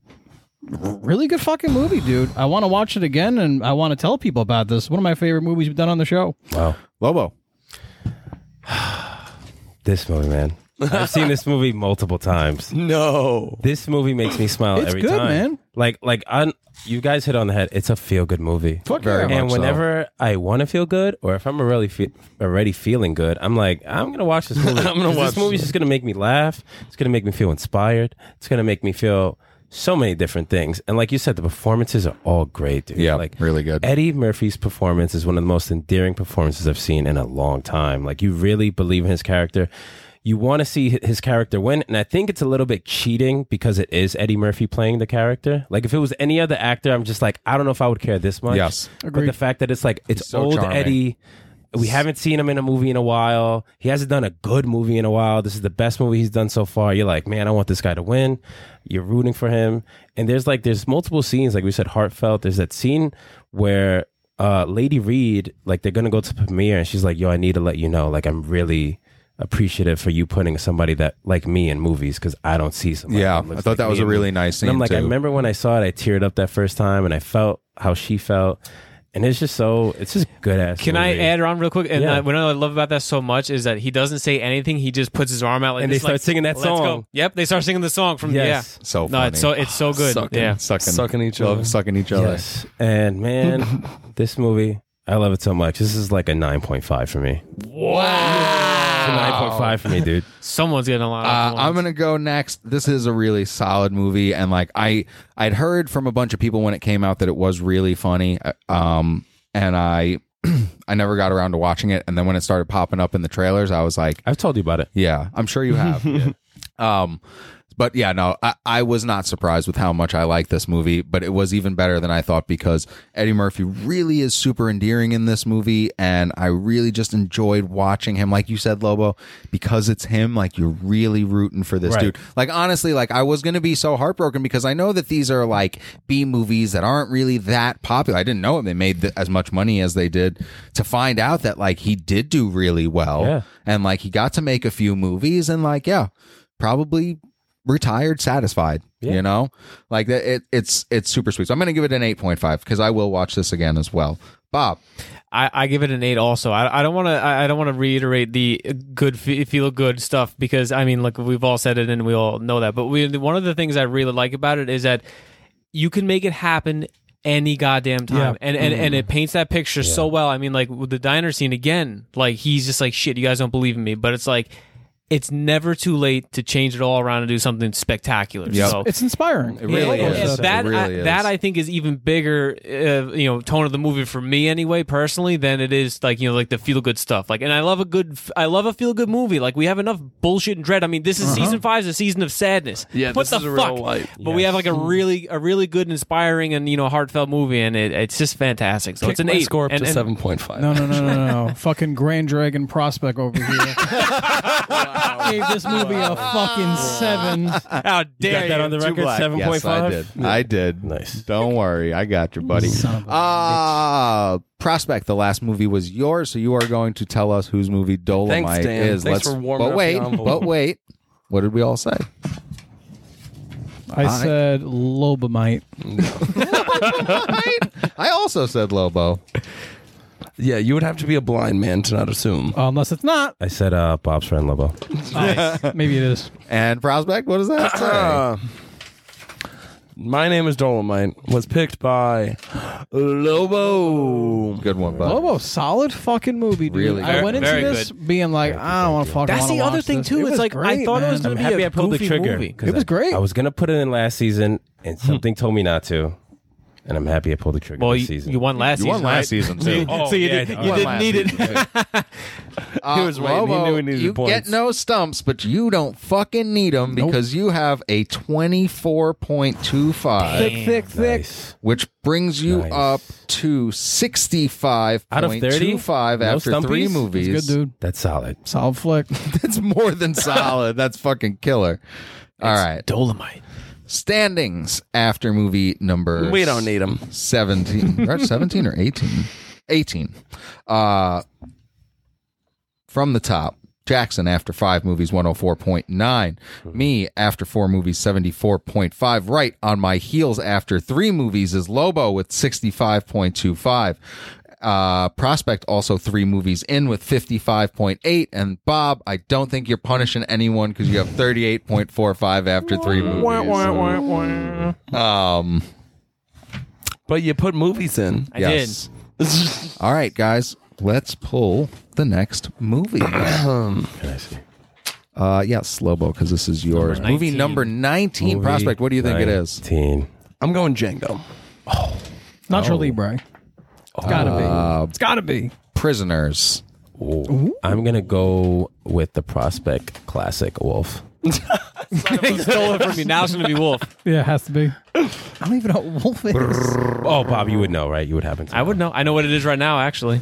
B: really good fucking movie, dude. I want to watch it again, and I want to tell people about this. One of my favorite movies we've done on the show.
C: Wow.
A: lobo
C: This movie, man. I've seen this movie multiple times.
D: No,
C: This movie makes me smile
B: It's
C: every
B: good,
C: time.
B: man.
C: Like, like I, you guys hit on the head. It's a feel good movie.
B: Fuck
A: Very
B: yeah.
A: much.
C: and
A: so.
C: whenever I want to feel good, or if I'm already fe- already feeling good, I'm like, I'm gonna watch this movie.
D: I'm gonna
C: 'Cause
D: watch
C: this movie's just gonna make me laugh. It's gonna make me feel inspired. It's gonna make me feel so many different things. And like you said, the performances are all great, dude.
A: Yeah,
C: like
A: really good.
C: Eddie Murphy's performance is one of the most endearing performances I've seen in a long time. Like you really believe in his character. You want to see hi- his character win, and I think it's a little bit cheating because it is Eddie Murphy playing the character. Like if it was any other actor, I'm just like, I don't know if I would care this much.
A: Yes.
C: But the fact that it's like it's
A: so
C: old
A: charming.
C: Eddie. We haven't seen him in a movie in a while. He hasn't done a good movie in a while. This is the best movie he's done so far. You're like, man, I want this guy to win. You're rooting for him. And there's like there's multiple scenes, like we said, heartfelt. There's that scene where uh Lady Reed, like they're gonna go to premiere and she's like, Yo, I need to let you know. Like I'm really appreciative for you putting somebody that like me in movies because I don't see somebody.
A: yeah i
C: that looks
A: thought
C: like
A: that
C: me
A: was a
C: in movies.
A: really nice scene
C: And I'm like,
A: too.
C: I remember when I saw it, I teared up that first time, and I felt how she felt. and it's just so it's just good ass.
F: Can I add on real quick? And
C: Yeah.
F: uh, what I love about that so much is that he doesn't say anything. He just puts his arm out like
C: And they
F: this, like,
C: start singing that
F: "Let's go."
C: song.
F: Yep, they start singing the song from
C: Yes.
F: yeah.
A: So
F: No,
A: funny.
F: it's so it's so good.
D: Sucking.
F: Yeah.
A: sucking,
D: Sucking each
A: love
D: other.
A: sucking each other.
C: Yes, and man, this movie I love it so much. This is like a nine point five for me. Wow, nine point five for me, dude.
F: Someone's getting a lot.
A: Uh,
F: Of
A: I'm gonna go next. This is a really solid movie, and like I, I'd heard from a bunch of people when it came out that it was really funny. uh, Um, and I, I never got around to watching it. And then when it started popping up in the trailers, I was like,
C: I've told you about it.
A: Yeah, I'm sure you have. Um, but yeah, no, I, I was not surprised with how much I liked this movie, but it was even better than I thought because Eddie Murphy really is super endearing in this movie, and I really just enjoyed watching him. Like you said, Lobo, because it's him, like you're really rooting for this
C: Right.
A: dude. Like honestly, like I was gonna be so heartbroken because I know that these are like B movies that aren't really that popular. I didn't know they made th- as much money as they did. To find out that like he did do really well,
C: Yeah.
A: and like he got to make a few movies, and like yeah, probably retired satisfied. You know, like that. It, it's it's super sweet. So I'm gonna give it an eight point five because I will watch this again as well. Bob,
F: I, I give it an eight. Also, I, I don't want to. I, I don't want to reiterate the good fe- feel good stuff because I mean, like we've all said it and we all know that. But we, one of the things I really like about it is that you can make it happen any goddamn time, and and, and it paints that picture so well. I mean, like with the diner scene again, like he's just like, shit, you guys don't believe in me, but it's like. It's never too late to change it all around and do something spectacular.
A: Yep.
F: So
B: It's inspiring. It
A: really
F: yeah,
A: is.
F: and
A: It
F: That
A: really
F: I,
A: is.
F: that I think is even bigger, uh, you know, tone of the movie for me anyway, personally, than it is like you know, like the feel good stuff. Like, and I love a good, f- I love a feel good movie. Like, we have enough bullshit and dread. I mean, this is season five is a season of sadness.
D: Uh-huh. Yeah,
F: what
D: this
F: the
D: is a real
F: fuck?
D: light.
F: But we have like a really, a really good, inspiring, and you know, heartfelt movie, and it, it's just fantastic. So it's an
D: My
F: eight.
D: score up
F: and,
D: to
F: and-
D: seven point five.
B: No, no, no, no, no, no. Fucking Grand Dragon Prospect over here. Gave this movie a fucking seven.
F: How dare
C: Got that
F: you,
C: on the
F: Too
C: record.
F: black.
C: Seven point five.
A: I did.
C: Nice.
A: Don't worry, I got you, buddy.
B: Son of a
A: Ah, Prospect, the last movie was yours, so you are going to tell us whose movie Dolomite
D: Thanks, Dan.
A: is.
D: Thanks for warming
A: but
D: up the
A: wait,
D: envelope.
A: but wait. What did we all say?
B: I said Lobamite.
A: I also said Lobo.
D: Yeah, you would have to be a blind man to not assume.
B: Uh, unless it's not,
C: I said uh, Bob's friend Lobo.
B: maybe it is.
A: And Prospect, what does that say?
D: Uh, my name is Dolomite. Was picked by Lobo.
A: Good one, bud.
B: Lobo, solid fucking movie, dude.
A: Really
B: I
A: good.
B: went into
F: Very
B: this being like, I don't want to fucking.
F: That's
B: wanna
F: the other
B: watch
F: thing
B: this.
F: too.
B: It
F: it's
B: was
F: like
B: great,
F: I thought it was
B: man.
F: going to be
C: Happy
F: a
C: I pulled the
F: goofy
C: trigger.
F: movie.
C: 'cause
B: It was
C: I-
B: great.
C: I was gonna put it in last season, and something told me not to, and I'm happy I pulled the trigger
F: Well,
C: this
F: you,
C: season.
F: you won last
A: You
F: season.
A: won last
F: right?
A: season, too.
F: So you,
C: yeah,
F: did,
C: I
F: you didn't
C: won
F: need it.
A: Uh,
D: He was waiting. He
A: Lobo,
D: knew he needed
A: you
D: points.
A: get no stumps, but you don't fucking need them because you have a twenty-four point two five,
B: thick, thick, thick.
C: Nice.
A: which brings you
C: Nice.
A: up to sixty-five
C: Out of
A: point
C: 30?
A: two five
C: No
A: after three
C: stumpies? That's
A: movies.
B: Good dude.
C: That's solid.
B: Solid flick.
A: That's more than solid. That's fucking killer. All right,
F: Dolomite.
A: standings after movie number.
D: We don't need him.
A: 17 or 17 or 18 18 uh from the top jackson after five movies 104.9 me after four movies 74.5 right on my heels after three movies is lobo with 65.25 uh, prospect also three movies in with 55.8 and bob i don't think you're punishing anyone because you have 38.45 after three movies um
D: But you put movies in.
F: I did.
A: All right, guys, let's pull the next movie.
C: Can I see?
A: uh, yeah, Slobo, because this is yours. movie
F: 19.
A: number 19, Prospect. What do you think it is?
C: Nineteen.
D: I'm going Django.
B: Nacho Libre. It's gotta be. It's gotta be.
A: Prisoners.
C: I'm gonna go with the prospect classic Wolf.
F: He stole it from me. Now it's going to be Wolf.
B: Yeah, it has to be. I don't even know what Wolf is.
C: Oh, Bob, you would know, right? You would happen to.
F: I would know. I know what it is right now, actually.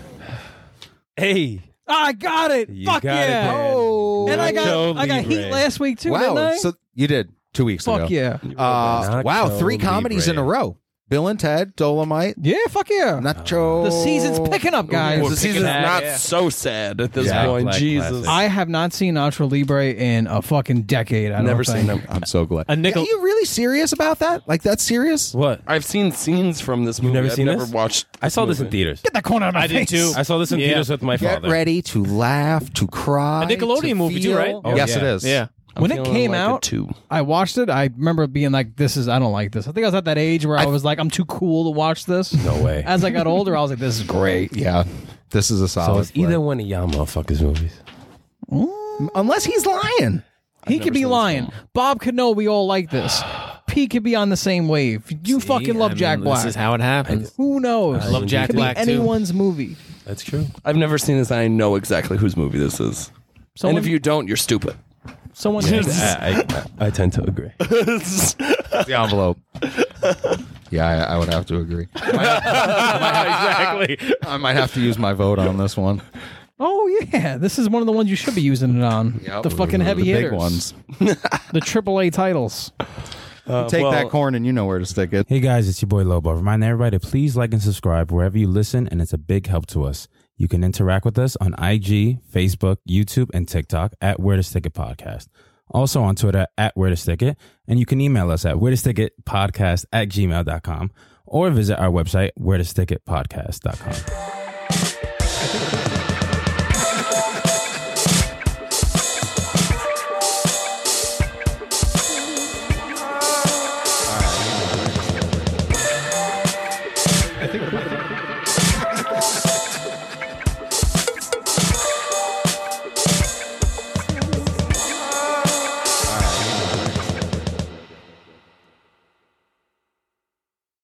C: Hey,
B: I got it.
C: you
B: Fuck
C: got
B: yeah. Oh.
C: it. Dan.
B: And I got
C: Nacho
B: I got heat
C: Libre.
B: last week too, didn't
A: wow.
B: I?
A: So you did two weeks ago.
B: Fuck yeah.
A: Uh,
C: Nacho
A: wow, three comedies in
C: Libre.
A: a row. Bill and Ted, Dolomite,
B: Yeah, fuck yeah.
A: Nacho.
C: Uh,
B: the season's picking up, guys.
D: the season's
F: that,
D: not
F: yeah.
D: so sad at this
C: Yeah.
D: point.
C: Black
D: Jesus,
C: classic.
B: I have not seen Nacho Libre in a fucking decade. I don't
D: never
B: think.
D: seen them.
A: I'm so glad.
F: A nickel-
A: Are you really serious about that? Like that's serious?
C: What?
D: I've seen scenes from this movie.
C: never
D: I've
C: seen
D: never
C: this?
D: watched.
C: I saw this in theaters.
B: Get that corner out of my
F: I did
B: face.
F: too.
C: I saw this in
F: Yeah.
C: theaters with my
A: Get
C: father.
A: ready to laugh, to cry.
F: A Nickelodeon
A: to
F: movie too,
A: feel.
F: right?
C: Oh,
A: yes,
C: yeah.
A: it is.
F: Yeah.
B: When it
D: feeling
B: came
D: like a
B: out,
D: two.
B: I watched it. I remember being like, "This is I don't like this." I think I was at that age where I, was like, "I'm too cool to watch this."
C: No way.
B: As I got older, I was like, "This is great."
A: Yeah. This is a
C: So
A: solid.
C: it's either one of y'all motherfuckers' movies.
A: Unless he's lying.
B: he could be lying. Bob could know we all like this. P could be on the same wave. You fucking love
F: I mean,
B: Jack Black.
F: This is how it happens.
B: Who knows?
F: I love Jack
B: could be
F: Black, too.
B: anyone's movie.
C: That's true.
D: I've never seen this. and I know exactly whose movie this is.
B: Someone,
D: and if you don't, you're stupid.
B: someone
C: I, I, I tend to agree.
A: the envelope. Yeah, I, I would have to agree. I might have- I might have to use my vote on this one.
B: Oh yeah, this is one of the ones you should be using it on. The fucking heavy
A: the
B: hitters,
A: big ones.
B: the AAA titles.
A: Take that
D: well-
A: corn, and you know where to stick it.
G: Hey guys, it's your boy Lobo. Reminding everybody to please like and subscribe wherever you listen, and it's a big help to us. You can interact with us on IG, Facebook, YouTube, and TikTok at Where to Stick It Podcast. Also on Twitter at Where to Stick It, and you can email us at Where to Stick It Podcast at gmail.com or visit our website, Where to Stick It Podcast.com.